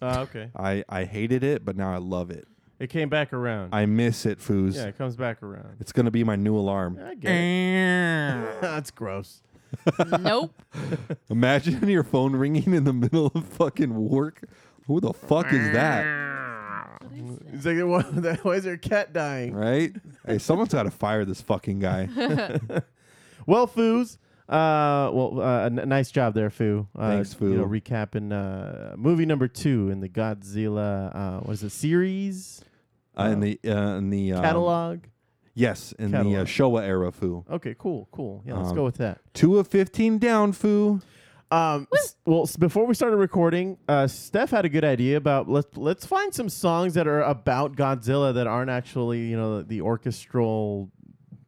S4: Uh, okay.
S6: I I hated it, but now I love it.
S4: It came back around.
S6: I miss it, foos.
S4: yeah, it comes back around.
S6: It's gonna be my new alarm.
S4: I get it. That's gross.
S7: nope.
S6: Imagine your phone ringing in the middle of fucking work. Who the fuck is that?
S7: What is that?
S4: It's like, why, why is there a cat dying?
S6: Right? hey, someone's got to fire this fucking guy.
S4: Well, foos. Uh, well, uh, n- nice job there, Foo. Uh,
S6: Thanks,
S4: You know,
S6: Foo.
S4: recapping uh, movie number two in the Godzilla, uh, what is it, series?
S6: Uh, in the uh, in the um,
S4: Catalog?
S6: Yes, in the uh,
S4: Catalog.
S6: Showa era, foo.
S4: Okay, cool, cool. Yeah, let's
S6: um,
S4: go with that.
S6: Two of fifteen down, foo.
S4: Um, s- well, s- before we started recording, uh, Steph had a good idea about let's let's find some songs that are about Godzilla that aren't actually you know the orchestral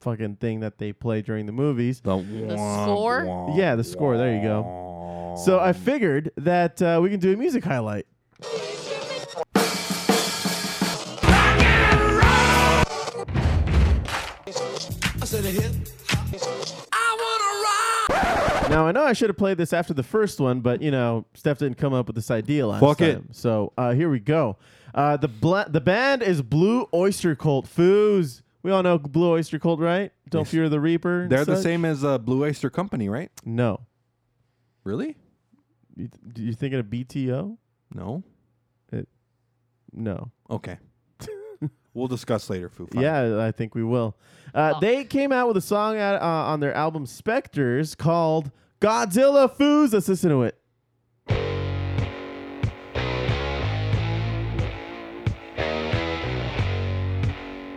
S4: fucking thing that they play during the movies.
S6: The,
S7: score?
S4: Yeah, the score. There you go. So
S6: Um,
S4: I figured that uh, we can do a music highlight. Now I know I should have played this after the first one, but you know Steph didn't come up with this idea last
S6: Fuck it.
S4: time. So uh, here we go. Uh, the bla- the band is Blue Oyster Cult. Foos. We all know Blue Oyster Cult, right? Don't fear the Reaper. and
S6: They're the
S4: such?
S6: same as uh, Blue Oyster Company, right?
S4: No.
S6: Really?
S4: You, th- you thinking of BTO?
S6: No.
S4: No.
S6: Okay. we'll discuss later, Foo Fighters.
S4: Yeah, I think we will. Uh, They came out with a song out, uh, on their album Spectres called Godzilla Foos. Let's listen to it.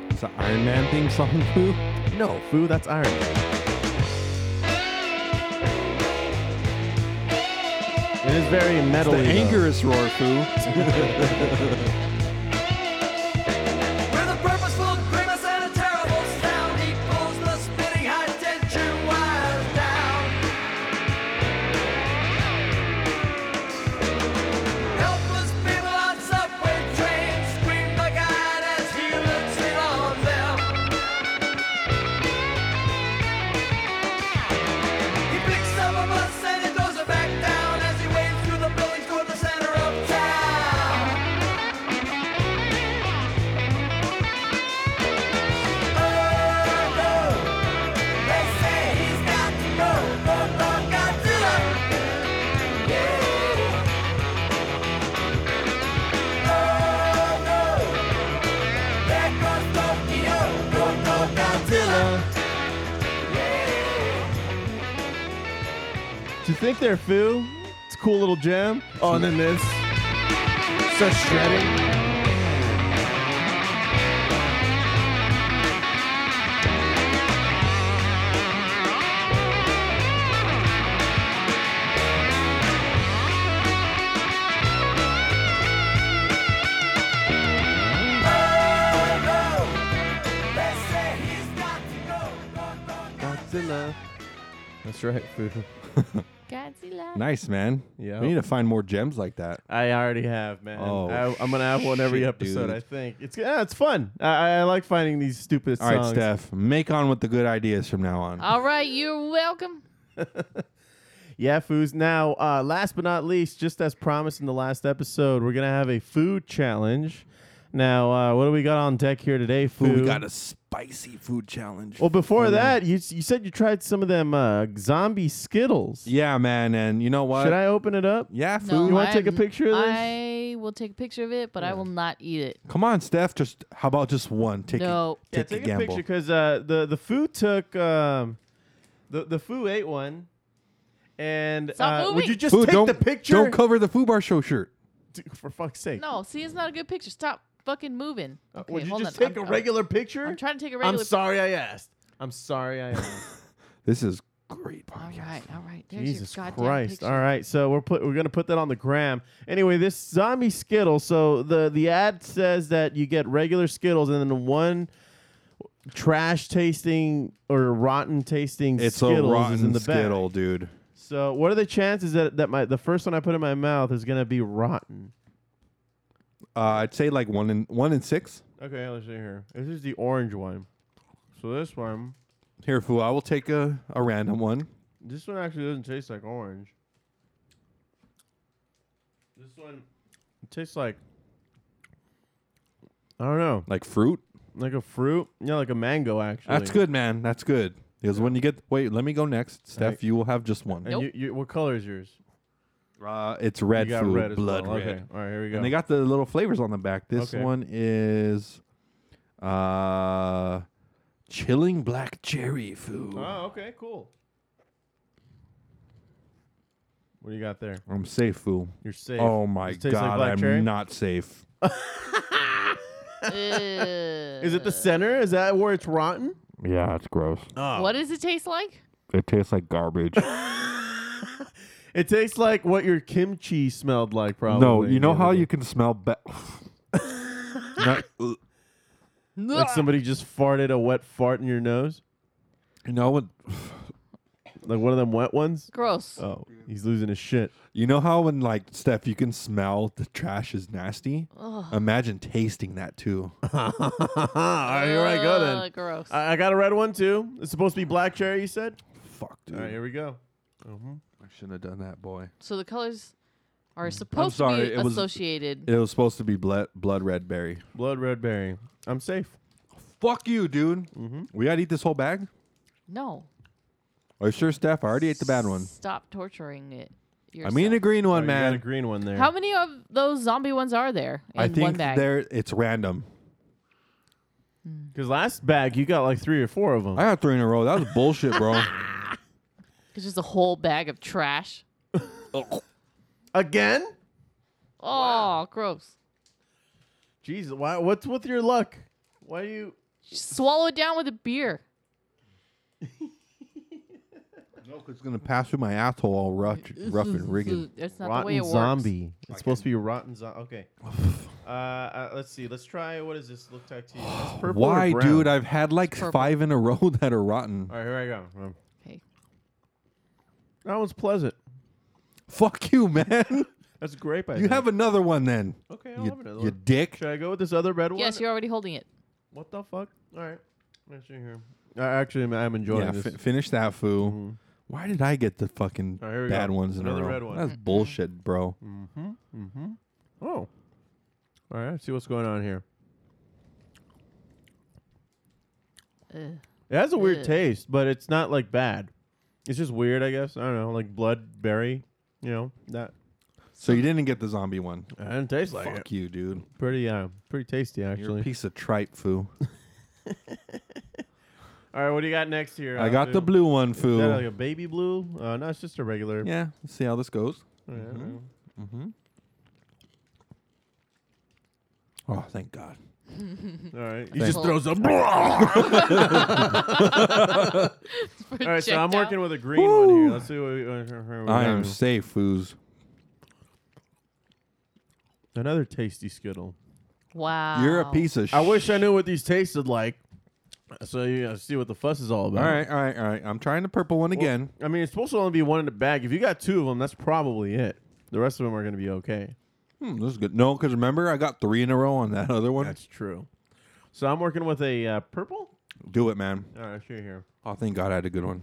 S6: It's an Iron Man theme song, Foo.
S4: No, Oh, Foo, that's Iron. Man. It is very
S6: It's the
S4: metal.
S6: angerous roar, Foo.
S11: With a purposeful grimace and a terrible sound, he pulls the spinning high tension wires down. Helpless people on subway trains scream the god as he looks in on them. He picks up a bus and he throws it back down as he waves through the buildings toward the center of town.
S4: Do you think they're Foo? It's a cool little gem. Oh, and then this. So shredding. Godzilla. That's right, Foo.
S7: Godzilla.
S6: Nice, man.
S4: Yeah.
S6: We need to find more gems like that.
S4: I already have, man.
S6: Oh,
S4: I, I'm gonna have one every
S6: shit,
S4: episode.
S6: dude.
S4: I think it's yeah, it's fun. I, I like finding these stupid
S6: All right,
S4: songs. Uh,
S6: Steph, make on with the good ideas from now on.
S7: All right, you're welcome.
S4: Yeah, foos. Now, uh, last but not least, just as promised in the last episode, we're gonna have a food challenge. Now, uh, what do we got on deck here today,
S6: Ooh,
S4: foo? Oh,
S6: we got a spicy food challenge.
S4: well, before that, you s- you said you tried some of them uh, zombie Skittles.
S6: yeah, man, and you know what?
S4: Should I open it up?
S6: Yeah, food.
S7: No,
S4: You wanna
S7: I
S4: take a
S7: am-
S4: picture of this?
S7: I will take a picture of it, but I will not eat it.
S6: Come on, Steph. Just how about just one? Take
S7: No.
S6: a, take
S4: yeah,
S6: a
S4: take a,
S6: gamble.
S4: picture because uh, the the foo took um, the the foo ate one, and
S7: Stop
S4: uh, would
S7: moving.
S4: you just
S6: Foo,
S4: take
S6: don't
S4: the picture?
S6: Don't cover the foo bar show shirt.
S4: Dude, for fuck's sake!
S7: No, see, it's not a good picture. Stop fucking moving. Okay,
S4: would you
S7: hold
S4: just
S7: on.
S4: take
S7: I'm-
S4: a regular picture?
S7: I'm, I'm trying to take a
S4: I'm
S7: regular.
S4: sorry I asked. I'm sorry I asked.
S6: This is great
S7: All
S6: podcast.
S7: right, all right. There's
S4: Jesus
S7: your goddamn
S4: Christ!
S7: picture.
S4: All right, so we're put, we're gonna put that on the gram. Anyway, this zombie Skittle. So the the ad says that you get regular Skittles and then one trash tasting or rotten tasting
S6: It's
S4: Skittles
S6: a rotten
S4: is in the bag.
S6: skittle, dude.
S4: So, what are the chances that that my the first one I put in my mouth is gonna be rotten?
S6: Uh, I'd say like one in one in six.
S4: Okay, let's see here. This is the orange one. So this one,
S6: Here, foo. I will take a, a random one.
S4: this one actually doesn't taste like orange. This one tastes like I don't know,
S6: Like fruit.
S4: like a fruit. Yeah, like a mango actually.
S6: That's good, man. That's good. Because when you get wait, let me go next. Steph, you will have just one.
S4: And you, you, what color is yours?
S6: Uh, it's red
S4: you got
S6: food,
S4: red as
S6: blood
S4: well.
S6: red.
S4: Okay, all right, here we go.
S6: And they got the little flavors on the back. This
S4: Okay.
S6: one is uh chilling black cherry food.
S4: oh, okay, cool. What do you got there?
S6: I'm safe, fool.
S4: You're safe.
S6: Oh my
S4: Does it taste like
S6: god,
S4: black
S6: I'm
S4: cherry?
S6: not safe.
S4: Is it the center? Is that where it's rotten? Oh.
S6: Yeah, it's gross.
S7: What does it taste like?
S6: It tastes like garbage.
S4: It tastes like what your kimchi smelled like, probably.
S6: No, you know how you can smell ba- Not-
S4: like somebody just farted a wet fart in your nose.
S6: You know what?
S4: Like one of them wet ones.
S7: Gross.
S4: Oh, he's losing his shit.
S6: You know how when like Steph, you can smell the trash is nasty.
S7: Ugh.
S6: Imagine tasting that too.
S4: All right, here I go then.
S7: Ugh, gross.
S4: I, I got a red one too. It's supposed to be black cherry. You said.
S6: Fuck, dude.
S4: All right, here we go.
S6: I shouldn't have done that, boy.
S7: So the colors are supposed
S6: sorry,
S7: to
S6: it
S7: be
S6: was-
S7: associated.
S6: It was supposed to be blood, blood red berry.
S4: Blood red berry. I'm safe.
S6: Fuck you, dude.
S4: Mm-hmm.
S6: We gotta eat this whole bag.
S7: no.
S6: Are you sure, Steph? I already ate the bad one.
S7: Stop torturing it.
S6: I
S7: Yourself.
S6: mean the green one,
S4: Oh, You
S6: man.
S4: got a green one there.
S7: how many of those zombie ones are there in
S6: I
S7: one
S6: think
S7: bag?
S6: there it's random.
S4: Because last bag you got like three or four of them.
S6: I got three in a row. That was bullshit, bro.
S7: It's just a whole bag of trash.
S4: Again?
S7: Oh, gross.
S4: Jesus, why? What's with your luck? Why do you?
S7: Just swallow it down with a beer.
S6: it's gonna pass through my asshole all rough, rough and rigged.
S7: That's not the way
S4: rotten
S7: it works.
S4: zombie. It's supposed to be a rotten zombie. Okay. uh, uh, let's see. Let's try. What does this look like to you? It's purple or
S6: Why,
S4: brown?
S6: dude? I've had like
S7: purple.
S6: five in a row that are rotten.
S4: All right, here I go. Um,
S7: Okay.
S4: That one's pleasant.
S6: Fuck you, man.
S4: That's grape. I
S6: you have another one then.
S4: Okay, I'll
S6: You,
S4: have another
S6: you
S4: one.
S6: dick.
S4: Should I go with this other red one?
S7: Yes, you're already holding it.
S4: What the fuck? All right. Let's see here. I actually, am- I'm enjoying
S6: Yeah,
S4: this.
S6: fi- finish that foo. Why did I get the fucking
S4: Mm-hmm. All right, here we
S6: bad
S4: go.
S6: ones in
S4: Another
S6: a row?
S4: red one. Mm-hmm.
S6: That's bullshit, bro.
S4: oh. All right. let's see what's going on here.
S7: Ugh.
S4: It has a weird
S7: Ugh.
S4: taste, but it's not like bad. It's just weird, I guess. I don't know, like blood berry. You know that.
S6: So you didn't get the zombie one.
S4: It doesn't taste like
S6: Fuck you, dude.
S4: Pretty, uh, pretty tasty
S6: You're a
S4: actually.
S6: piece of tripe, foo.
S4: All right, what do you got next here?
S6: I
S4: Uh,
S6: got the
S4: dude?
S6: blue one,
S4: Is
S6: foo.
S4: that like a baby blue? Uh, no, it's just a regular.
S6: yeah, let's see how this goes. Mm-hmm.
S4: Yeah, I don't know.
S6: Oh, thank God.
S4: All right.
S6: Thank-
S4: just throws up. All right, so I'm
S7: Projectile.
S4: working with a green one here. Let's see what we. Uh,
S6: I am safe, foos.
S4: Another tasty Skittle.
S7: Wow.
S6: You're a piece of
S4: I wish I knew what these tasted like, so you uh, see what the fuss is all
S6: All
S4: about.
S6: right, all right, all right. I'm trying the purple one
S4: Well,
S6: again.
S4: I mean, it's supposed to only be one in the bag. If you got two of them, that's probably it. The rest of them are going to be okay.
S6: Hmm, this is good. No, because remember, I got three in a row on that other one.
S4: That's true. So I'm working with a uh, purple.
S6: Do it, man.
S4: All right, sure here.
S6: Oh, thank God I had a good one.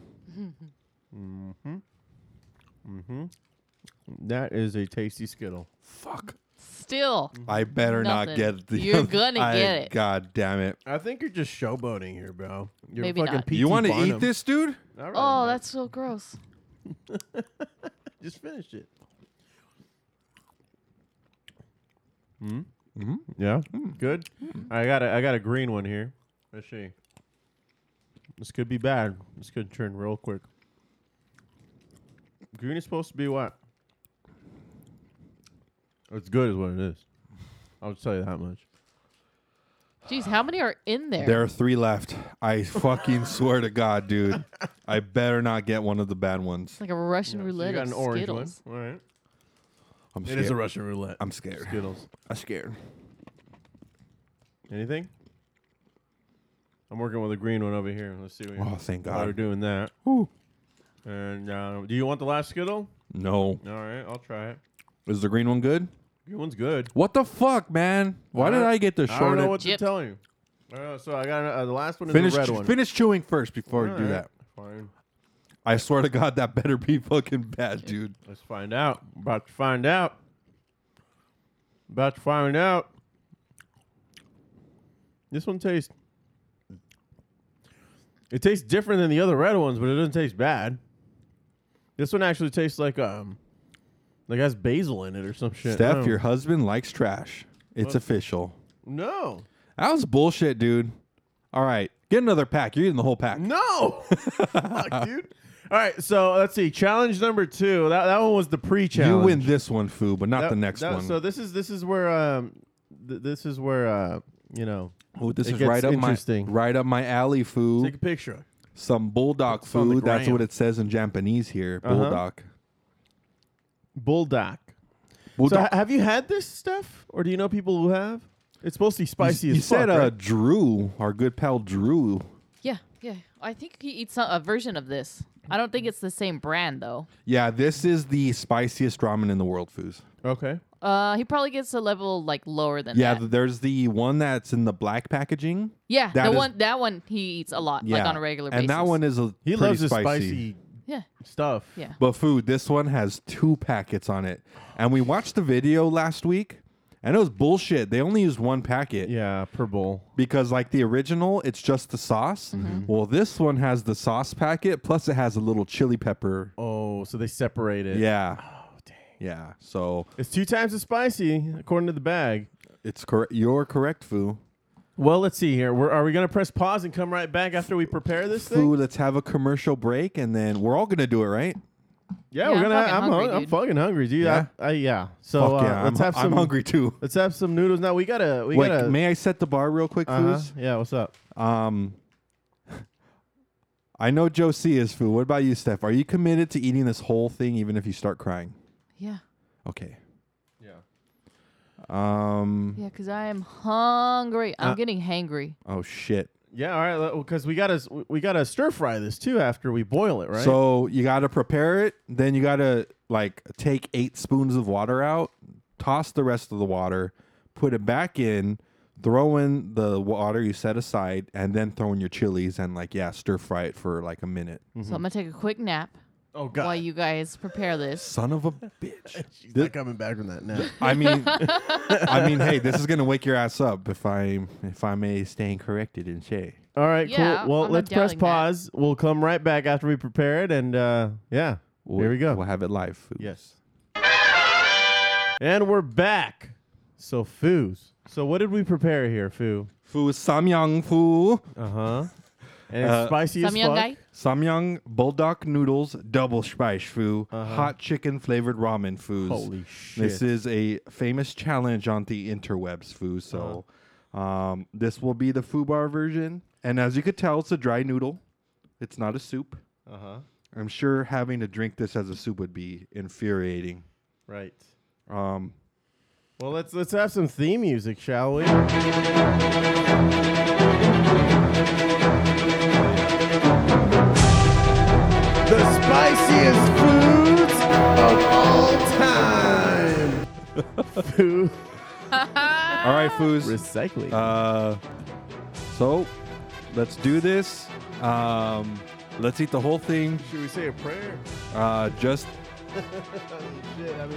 S4: That is a tasty Skittle.
S6: Fuck.
S7: Still.
S6: I better not
S7: Nothing.
S6: get the.
S7: You're gonna
S6: I-
S7: get it.
S6: God damn it.
S4: I think you're just showboating here, bro. You're
S7: Maybe
S4: fucking
S7: not.
S4: P.T.
S6: you want to
S4: Barnum.
S6: eat this, dude?
S4: All right,
S7: Oh, that's so gross.
S4: just finish it.
S6: Mm-hmm.
S4: Yeah. Good. Hmm? I got a I got a green one here. Let's see. This could be bad. This could turn real quick. Green is supposed to be what? It's good is what it is. I'll tell you that much.
S7: Jeez, how many are in there?
S6: There are three left. I fucking swear to God, dude. I better not get one of the bad ones.
S7: It's like a Russian
S4: So
S7: roulette
S4: you got
S7: of
S4: an orange
S7: Skittles.
S4: one. All right.
S6: I'm
S4: It
S6: scared.
S4: is a Russian roulette.
S6: I'm scared.
S4: Skittles.
S6: I'm scared.
S4: Anything? I'm working with a green one over here. Let's see what
S6: Oh, thank
S4: how they're
S6: God.
S4: doing that.
S6: Whew.
S4: And uh, do you want the last Skittle?
S6: No.
S4: All right, I'll try it.
S6: Is the green one good?
S4: Green one's good.
S6: What the fuck, man? Why did
S4: don't-
S6: I get
S4: Uh,
S6: the
S4: I don't
S6: short
S4: know
S6: end?
S4: what to
S7: Jip.
S4: tell you. I don't know, so I got uh, the last one is
S6: Finish,
S4: the red
S6: ch-
S4: one.
S6: finish chewing first before you do
S4: Alright,
S6: that.
S4: Fine.
S6: I swear to God, that better be fucking bad, dude.
S4: Let's find out. About to find out. About to find out. This one tastes. It tastes different than the other red ones, but it doesn't taste bad. This one actually tastes like um, like has basil in it or some shit. I
S6: Steph,
S4: don't-
S6: your husband likes trash. It's official.
S4: no,
S6: That was bullshit, dude. All right, get another pack. You're eating the whole pack.
S4: no, Fuck, dude. All right, so let's see. Challenge number two. That that one was the pre-challenge.
S6: You win this one, foo, but not
S4: That-
S6: the next
S4: that-
S6: one.
S4: So this is this is where um, th- this is where uh, you know,
S6: Ooh, this
S4: it
S6: is
S4: gets
S6: right up
S4: interesting.
S6: my right up my alley, foo.
S4: take a picture.
S6: Some bulldog
S4: on the
S6: food. That's
S4: gram.
S6: what it says in Japanese here.
S4: Uh-huh.
S6: Bulldog.
S4: Bulldog. So
S6: Bulldog.
S4: ha- have you had this stuff, or do you know people who have? It's supposed to be spicy
S6: You
S4: as fuck.
S6: said uh,
S4: right?
S6: Drew, our good pal Drew.
S7: Yeah, yeah. I think he eats a, a version of this. I don't think it's the same brand though.
S6: Yeah, this is the spiciest ramen in the world, Foos.
S4: Okay.
S7: Uh, he probably gets a level like lower than
S6: Yeah,
S7: that.
S6: th- there's the one that's in the black packaging.
S7: yeah,
S6: That
S7: the
S6: is-
S7: one that one he eats a lot, like on a regular
S6: and
S7: basis.
S6: that one is a
S4: He
S6: pretty
S4: loves his
S6: spicy.
S4: spicy
S7: Yeah.
S4: stuff.
S7: Yeah.
S6: But food, this one has two packets on it, and we watched the video last week, and it was bullshit. They only used one packet.
S4: Yeah, per bowl.
S6: Because like the original, it's just the sauce.
S7: Mm-hmm.
S4: Mm-hmm.
S6: Well, this one has the sauce packet plus it has a little chili pepper.
S4: Oh, so they separate it.
S6: Yeah. Yeah. So
S4: It's two times as spicy according to the bag.
S6: it's correct. You're correct, Foo.
S4: Well, let's see here. We're, are we going to press pause and come right back after we prepare this
S6: Foo,
S4: thing?
S6: let's have a commercial break, and then we're all gonna do it, right?
S4: Yeah,
S7: Yeah,
S4: we're
S7: I'm
S4: gonna.
S7: fucking
S4: I'm
S7: hungry,
S4: hung- I'm
S7: dude.
S4: fucking hungry, dude.
S6: Yeah?
S4: I, I, yeah. So
S6: Fuck
S4: uh,
S6: yeah,
S4: let's
S6: I'm,
S4: have
S6: I'm
S4: some.
S6: hungry too.
S4: Let's have some noodles now. We gotta. We
S6: Wait,
S4: gotta.
S6: may I set the bar real quick,
S4: uh-huh.
S6: Foos?
S4: Yeah. What's up?
S6: Um, I know Joe C is food. What about you, Steph? Are you committed to eating this whole thing even if you start crying?
S7: Yeah,
S6: Okay. Yeah. Um.
S7: yeah. Because I am hungry. I'm
S6: Uh,
S7: getting hangry.
S6: Oh shit.
S4: Yeah. All right. Because we gotta. s- We gotta stir fry this too after we boil it, right?
S6: So you gotta prepare it. Then you gotta like take eight spoons of water out, toss the rest of the water, put it back in, throw in the water you set aside, and then throw in your chilies and like yeah, stir fry it for like a minute.
S4: Mm-hmm. hmm.
S7: So I'm gonna take a quick nap
S4: oh god.
S7: while you guys prepare this.
S6: Son of a bitch.
S4: She's not coming back from that now.
S6: I mean, I mean, hey, this is gonna wake your ass up if I if I may staying corrected and say.
S4: All right.
S7: Yeah,
S4: cool. Well,
S7: I'm not
S4: let's press
S7: doubting that.
S4: pause. We'll come right back after we prepare it, and uh, yeah,
S6: We'll,
S4: here we go.
S6: We'll have it live. Food.
S4: Yes. And we're back. So foos. So what did we prepare here, foo?
S6: Foo samyang foo
S4: Uh huh. And it's
S6: Uh,
S4: spicy as
S7: Some young
S4: fuck.
S7: guy.
S6: samyang bulldog noodles double spice foo hot chicken flavored ramen foos.
S4: Uh-huh. Holy
S6: This
S4: shit.
S6: is a famous challenge on the interwebs foo. So,
S4: Uh-huh.
S6: um, this will be the foo bar version, and as you could tell, it's a dry noodle. It's not a soup.
S4: Uh huh.
S6: I'm sure having to drink this as a soup would be infuriating.
S4: Right.
S6: Um,
S4: Well, let's let's have some theme music, shall we? The spiciest foods of all time. Foo
S6: all right, foos.
S4: recycling.
S6: Uh, so let's do this. Um, let's eat the whole thing.
S4: Should we say a prayer?
S6: Uh, just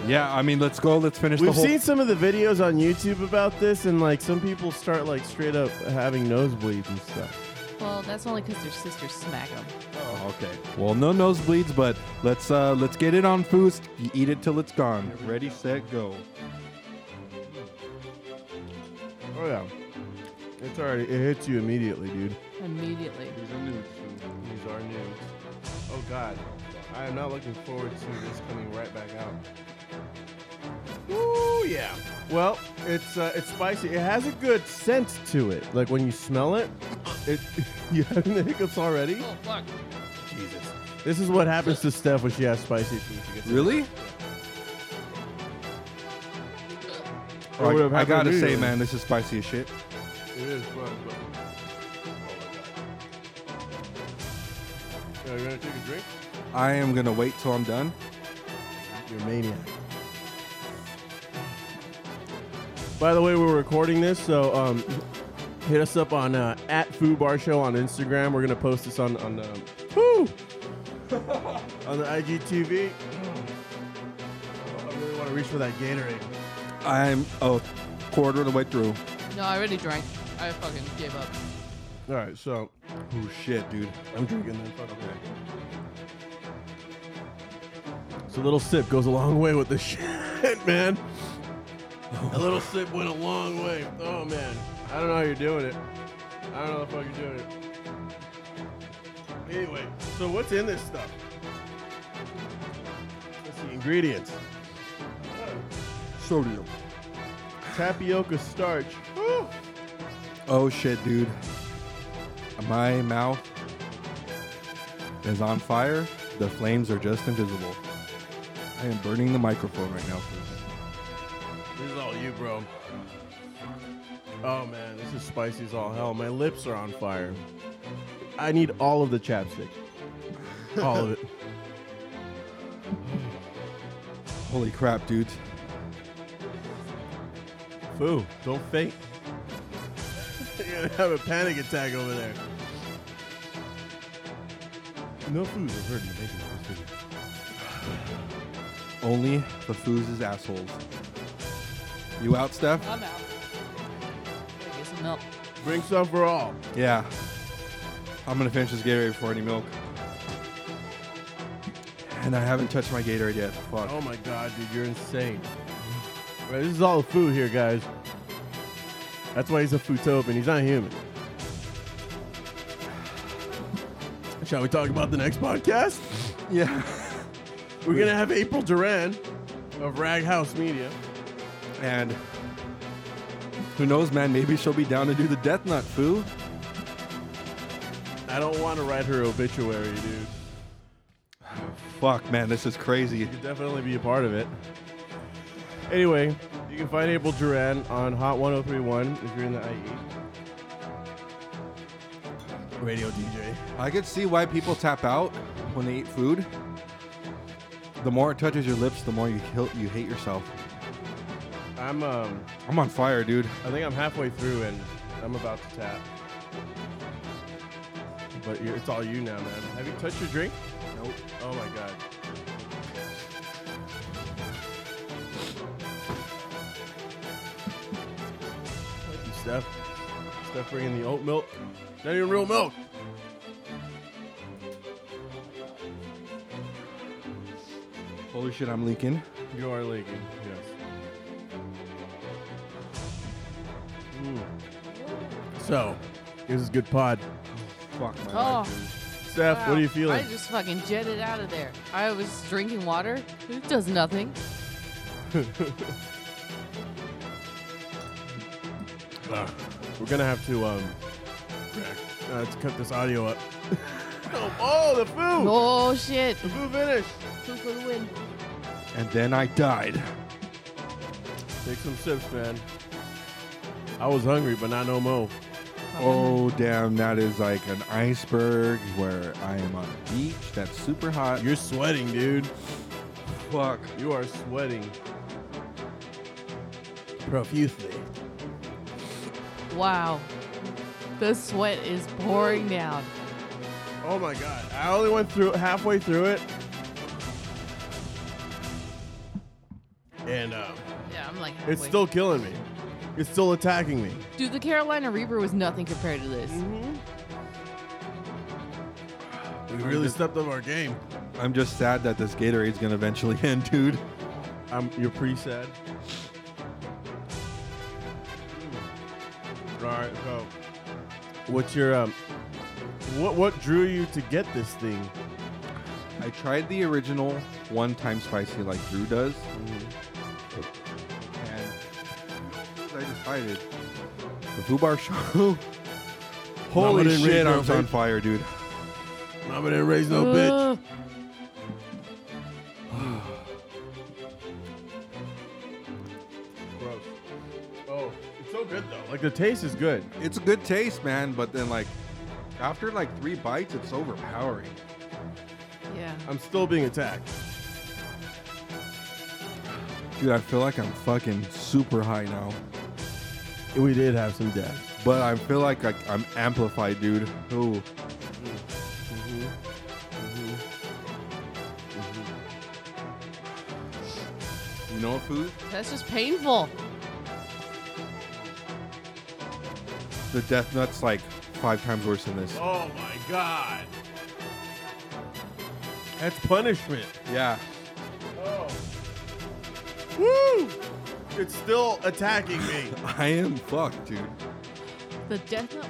S6: yeah. I mean, let's go. Let's finish the
S4: We've
S6: whole.
S4: seen some of the videos on YouTube about this, and like some people start like straight up having nosebleeds and stuff.
S7: Well, that's only because their sisters smack him.
S6: Oh, okay. Well, no nosebleeds, but let's uh, let's get it on foos. You eat it till it's gone. Ready, set, go.
S4: Oh yeah, it's already it hits you immediately, dude.
S7: Immediately.
S4: These are nudes. These are nudes. Oh god, I am not looking forward to this coming right back out. Ooh yeah. Well, it's uh, it's spicy. It has a good scent to it. Like when you smell it, it you having the hiccups already?
S7: Oh fuck!
S4: Jesus. This is what happens to Steph when she has spicy food. She gets
S6: Really?
S4: I would've
S6: I, I
S4: had that
S6: gotta say,
S4: immediately.
S6: man, this is spicy as shit.
S4: It is, bro. Oh, Yo, you gonna take a drink?
S6: I am gonna wait till I'm done.
S4: You're a maniac. By the way, we're recording this, so um, hit us up on uh, at Foo Bar Show on Instagram. We're gonna post this on on um, whoo, on the IGTV. Oh, I really want to reach for that Gatorade.
S6: I'm a quarter of the way through.
S7: No, I already drank. I fucking gave up.
S4: All right, so
S6: Oh shit, dude.
S4: I'm drinking this. So a little sip goes a long way with this shit, man. A little sip went a long way. Oh man, I don't know how you're doing it. I don't know the fuck you're doing it. Anyway, so what's in this stuff? Let's see ingredients:
S6: Sodium.
S4: tapioca starch. Woo!
S6: Oh shit, dude. My mouth is on fire. The flames are just invisible. I am burning the microphone right now.
S4: This is all you, bro. Oh man, this is spicy as all hell. My lips are on fire. I need all of the chapstick. All of it.
S6: Holy crap, dudes.
S4: Foo, don't fake. You're gonna have a panic attack over there. No food was hurting the making of this video.
S6: Only the foos' assholes. You out, Steph?
S7: I'm out. Get some milk.
S4: Bring some for all.
S6: Yeah. I'm gonna finish this Gatorade before any milk. And I haven't touched my Gatorade yet. Fuck.
S4: Oh my god, dude, you're insane. Right, this is all food here, guys. That's why he's a footopian. He's not human. Shall we talk about the next podcast?
S6: Yeah.
S4: We're gonna have April Duran of Rag House Media.
S6: And who knows, man? Maybe she'll be down to do the death nut, foo.
S4: I don't want to write her obituary, dude.
S6: Fuck, man, this is crazy.
S4: could definitely be a part of it. Anyway, you can find April Duran on Hot 1031 if you're in the E. IE. Radio DJ.
S6: I could see why people tap out when they eat food. The more it touches your lips, the more you kill, you hate yourself.
S4: I'm um
S6: I'm on fire, dude.
S4: I think I'm halfway through and I'm about to tap. But you it's all you now, man. Have you touched your drink? Nope. Oh my god. Thank you, Steph. Steph bringing the oat milk. Not even real milk.
S6: Holy shit, I'm leaking.
S4: You are leaking. Yes. Mm. So, this is good pod.
S6: Fuck my
S7: Oh.
S4: Steph, what
S7: Wow.
S4: are you feeling?
S7: I just fucking jetted out of there. I was drinking water. It does nothing.
S4: Uh, we're gonna have to um, uh, let's cut this audio up. oh, oh, the food!
S7: Oh shit! The
S4: food finished.
S7: Two for the win.
S6: And then I died.
S4: Take some sips, man. I was hungry, but not no mo.
S6: Oh damn, that is like an iceberg where I am on a beach that's super hot.
S4: You're sweating, dude.
S6: Fuck.
S4: You are sweating profusely.
S7: Wow. The sweat is pouring down.
S4: Oh my god! I only went through halfway through it, and uh,
S7: Yeah, I'm like halfway.
S4: it's still killing me. It's still attacking me.
S7: Dude, the Carolina Reaper was nothing compared to this.
S4: We really stepped up our game.
S6: I'm just sad that this Gatorade's gonna eventually end, dude.
S4: I'm, you're pretty sad. All right, so what's your um, what what drew you to get this thing?
S6: I tried the original one time spicy like Drew does. And I decided the Foo Bar Show.
S4: Mama
S6: Holy
S4: didn't raise
S6: shit,
S4: no
S6: I was on
S4: bitch.
S6: fire, dude.
S4: Mama didn't raise
S7: Mm.
S4: no bitch. Gross. Oh, it's so good though. Like the taste is good.
S6: It's a good taste, man, but then like after like three bites, it's overpowering.
S7: Yeah.
S4: I'm still being attacked.
S6: Dude, I feel like I'm fucking super high now.
S4: We did have some deaths.
S6: But I feel like I, I'm amplified, dude. Ooh. Mm-hmm. Mm-hmm. You know what food?
S7: That's just painful.
S6: The death nut's like five times worse than this.
S4: Oh my god. That's punishment.
S6: Yeah.
S4: Oh. Woo! It's still attacking me.
S6: I am fucked, dude.
S7: The death note.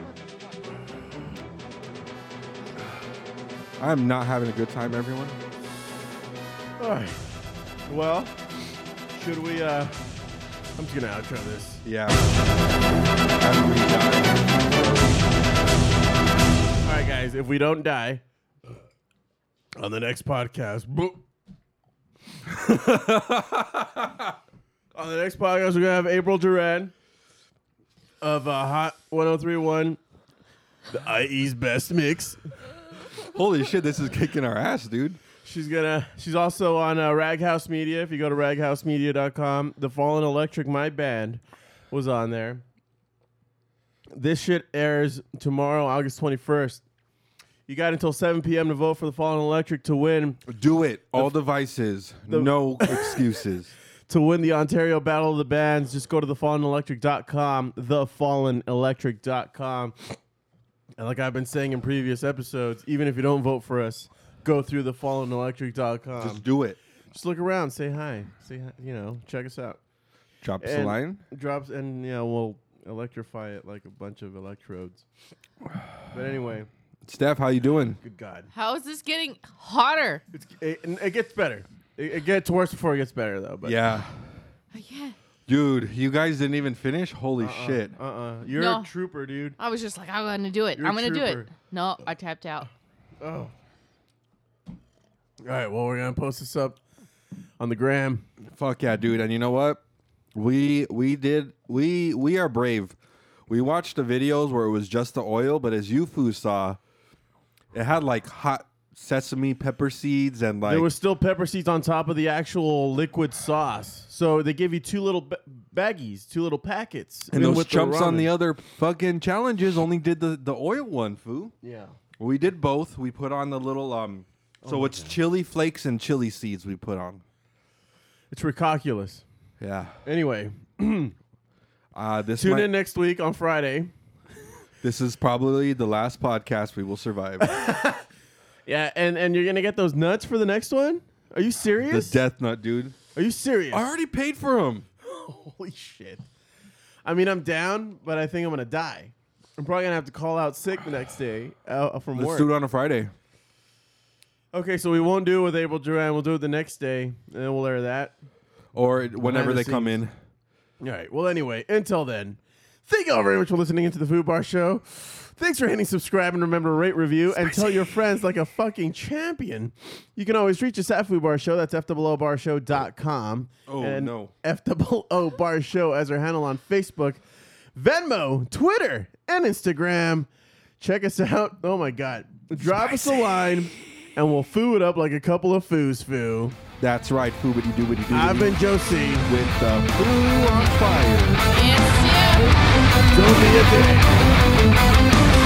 S7: was-
S6: I'm not having a good time, everyone.
S4: All right. Well, should we? uh I'm just gonna outro this.
S6: Yeah.
S4: All right, guys. If we don't die on the next podcast, boop, On the next podcast, we're gonna have April Duran of uh, Hot 1031, the IE's best mix.
S6: Holy shit, this is kicking our ass, dude.
S4: She's gonna. She's also on uh, Raghouse Media. If you go to raghousemedia.com, the Fallen Electric, my band, was on there. This shit airs tomorrow, August 21st. You got until 7 p.m. to vote for the Fallen Electric to win.
S6: Do it. All devices, no excuses.
S4: to win the Ontario Battle of the Bands, just go to thefallenelectric.com, thefallenelectric.com. And like I've been saying in previous episodes, even if you don't vote for us, go through thefallenelectric.com.
S6: Just do it.
S4: Just look around, say hi, say hi, you know, check us out.
S6: Drop us a
S4: And
S6: line.
S4: Drops and yeah, we'll electrify it like a bunch of electrodes. But anyway,
S6: Steph, how you doing?
S4: good God,
S7: How is this getting hotter?
S4: it's, it, and it gets better. It, it gets worse before it gets better though. But
S6: Yeah.
S7: Yeah.
S6: Dude, you guys didn't even finish? Holy
S4: Uh-uh,
S6: shit.
S4: Uh-uh. You're
S7: No.
S4: a trooper, dude.
S7: I was just like, I'm gonna do it.
S4: You're a
S7: I'm gonna do it.
S4: trooper.
S7: No, I tapped out.
S4: Oh. All right. Well, we're gonna post this up on the gram.
S6: Fuck yeah, dude. And you know what? We we did we we are brave. We watched the videos where it was just the oil, but as you foo saw, it had like hot sesame pepper seeds and like
S4: there was still pepper seeds on top of the actual liquid sauce. So they give you two little ba- baggies, two little packets, in
S6: and those
S4: with
S6: chumps on
S4: ramen.
S6: the other fucking challenges only did the the oil one, foo.
S4: Yeah.
S6: We did both. We put on the little um
S4: Oh
S6: so it's chili flakes and chili seeds we put on.
S4: It's ridiculous.
S6: Yeah.
S4: Anyway,
S6: Uh this
S4: tune
S6: might-
S4: in next week on Friday.
S6: this is probably the last podcast we will survive.
S4: Yeah, and and you're gonna get those nuts for the next one. Are you
S6: the
S4: serious?
S6: death nut, dude.
S4: Are you serious?
S6: I already paid for him.
S4: Holy shit. I mean, I'm down, but I think I'm gonna die. I'm probably gonna have to call out sick the next day uh, from
S6: Let's
S4: work.
S6: do it on a Friday.
S4: Okay, so we won't do it with April Duran. We'll do it the next day, and then we'll air that.
S6: or whenever
S4: Behind the
S6: they come in.
S4: All right. Well, anyway, until then, thank y'all very much for listening into the Food Bar Show. Thanks for hitting subscribe and remember to rate, review, and tell your friends like a fucking champion. You can always reach us at Food Bar Show. That's FOOBarshow.com.
S6: Oh,
S4: and
S6: no.
S4: FOO Bar Show as our handle on Facebook, Venmo, Twitter, and Instagram. Check us out. Oh, my God. Drop us a line, and we'll foo it up like a couple of foos foo.
S6: That's right, foobity doobity doo.
S4: I've been Josie.
S6: with uh, the foo on fire.
S7: Yes, yeah.
S4: Don't be a dick.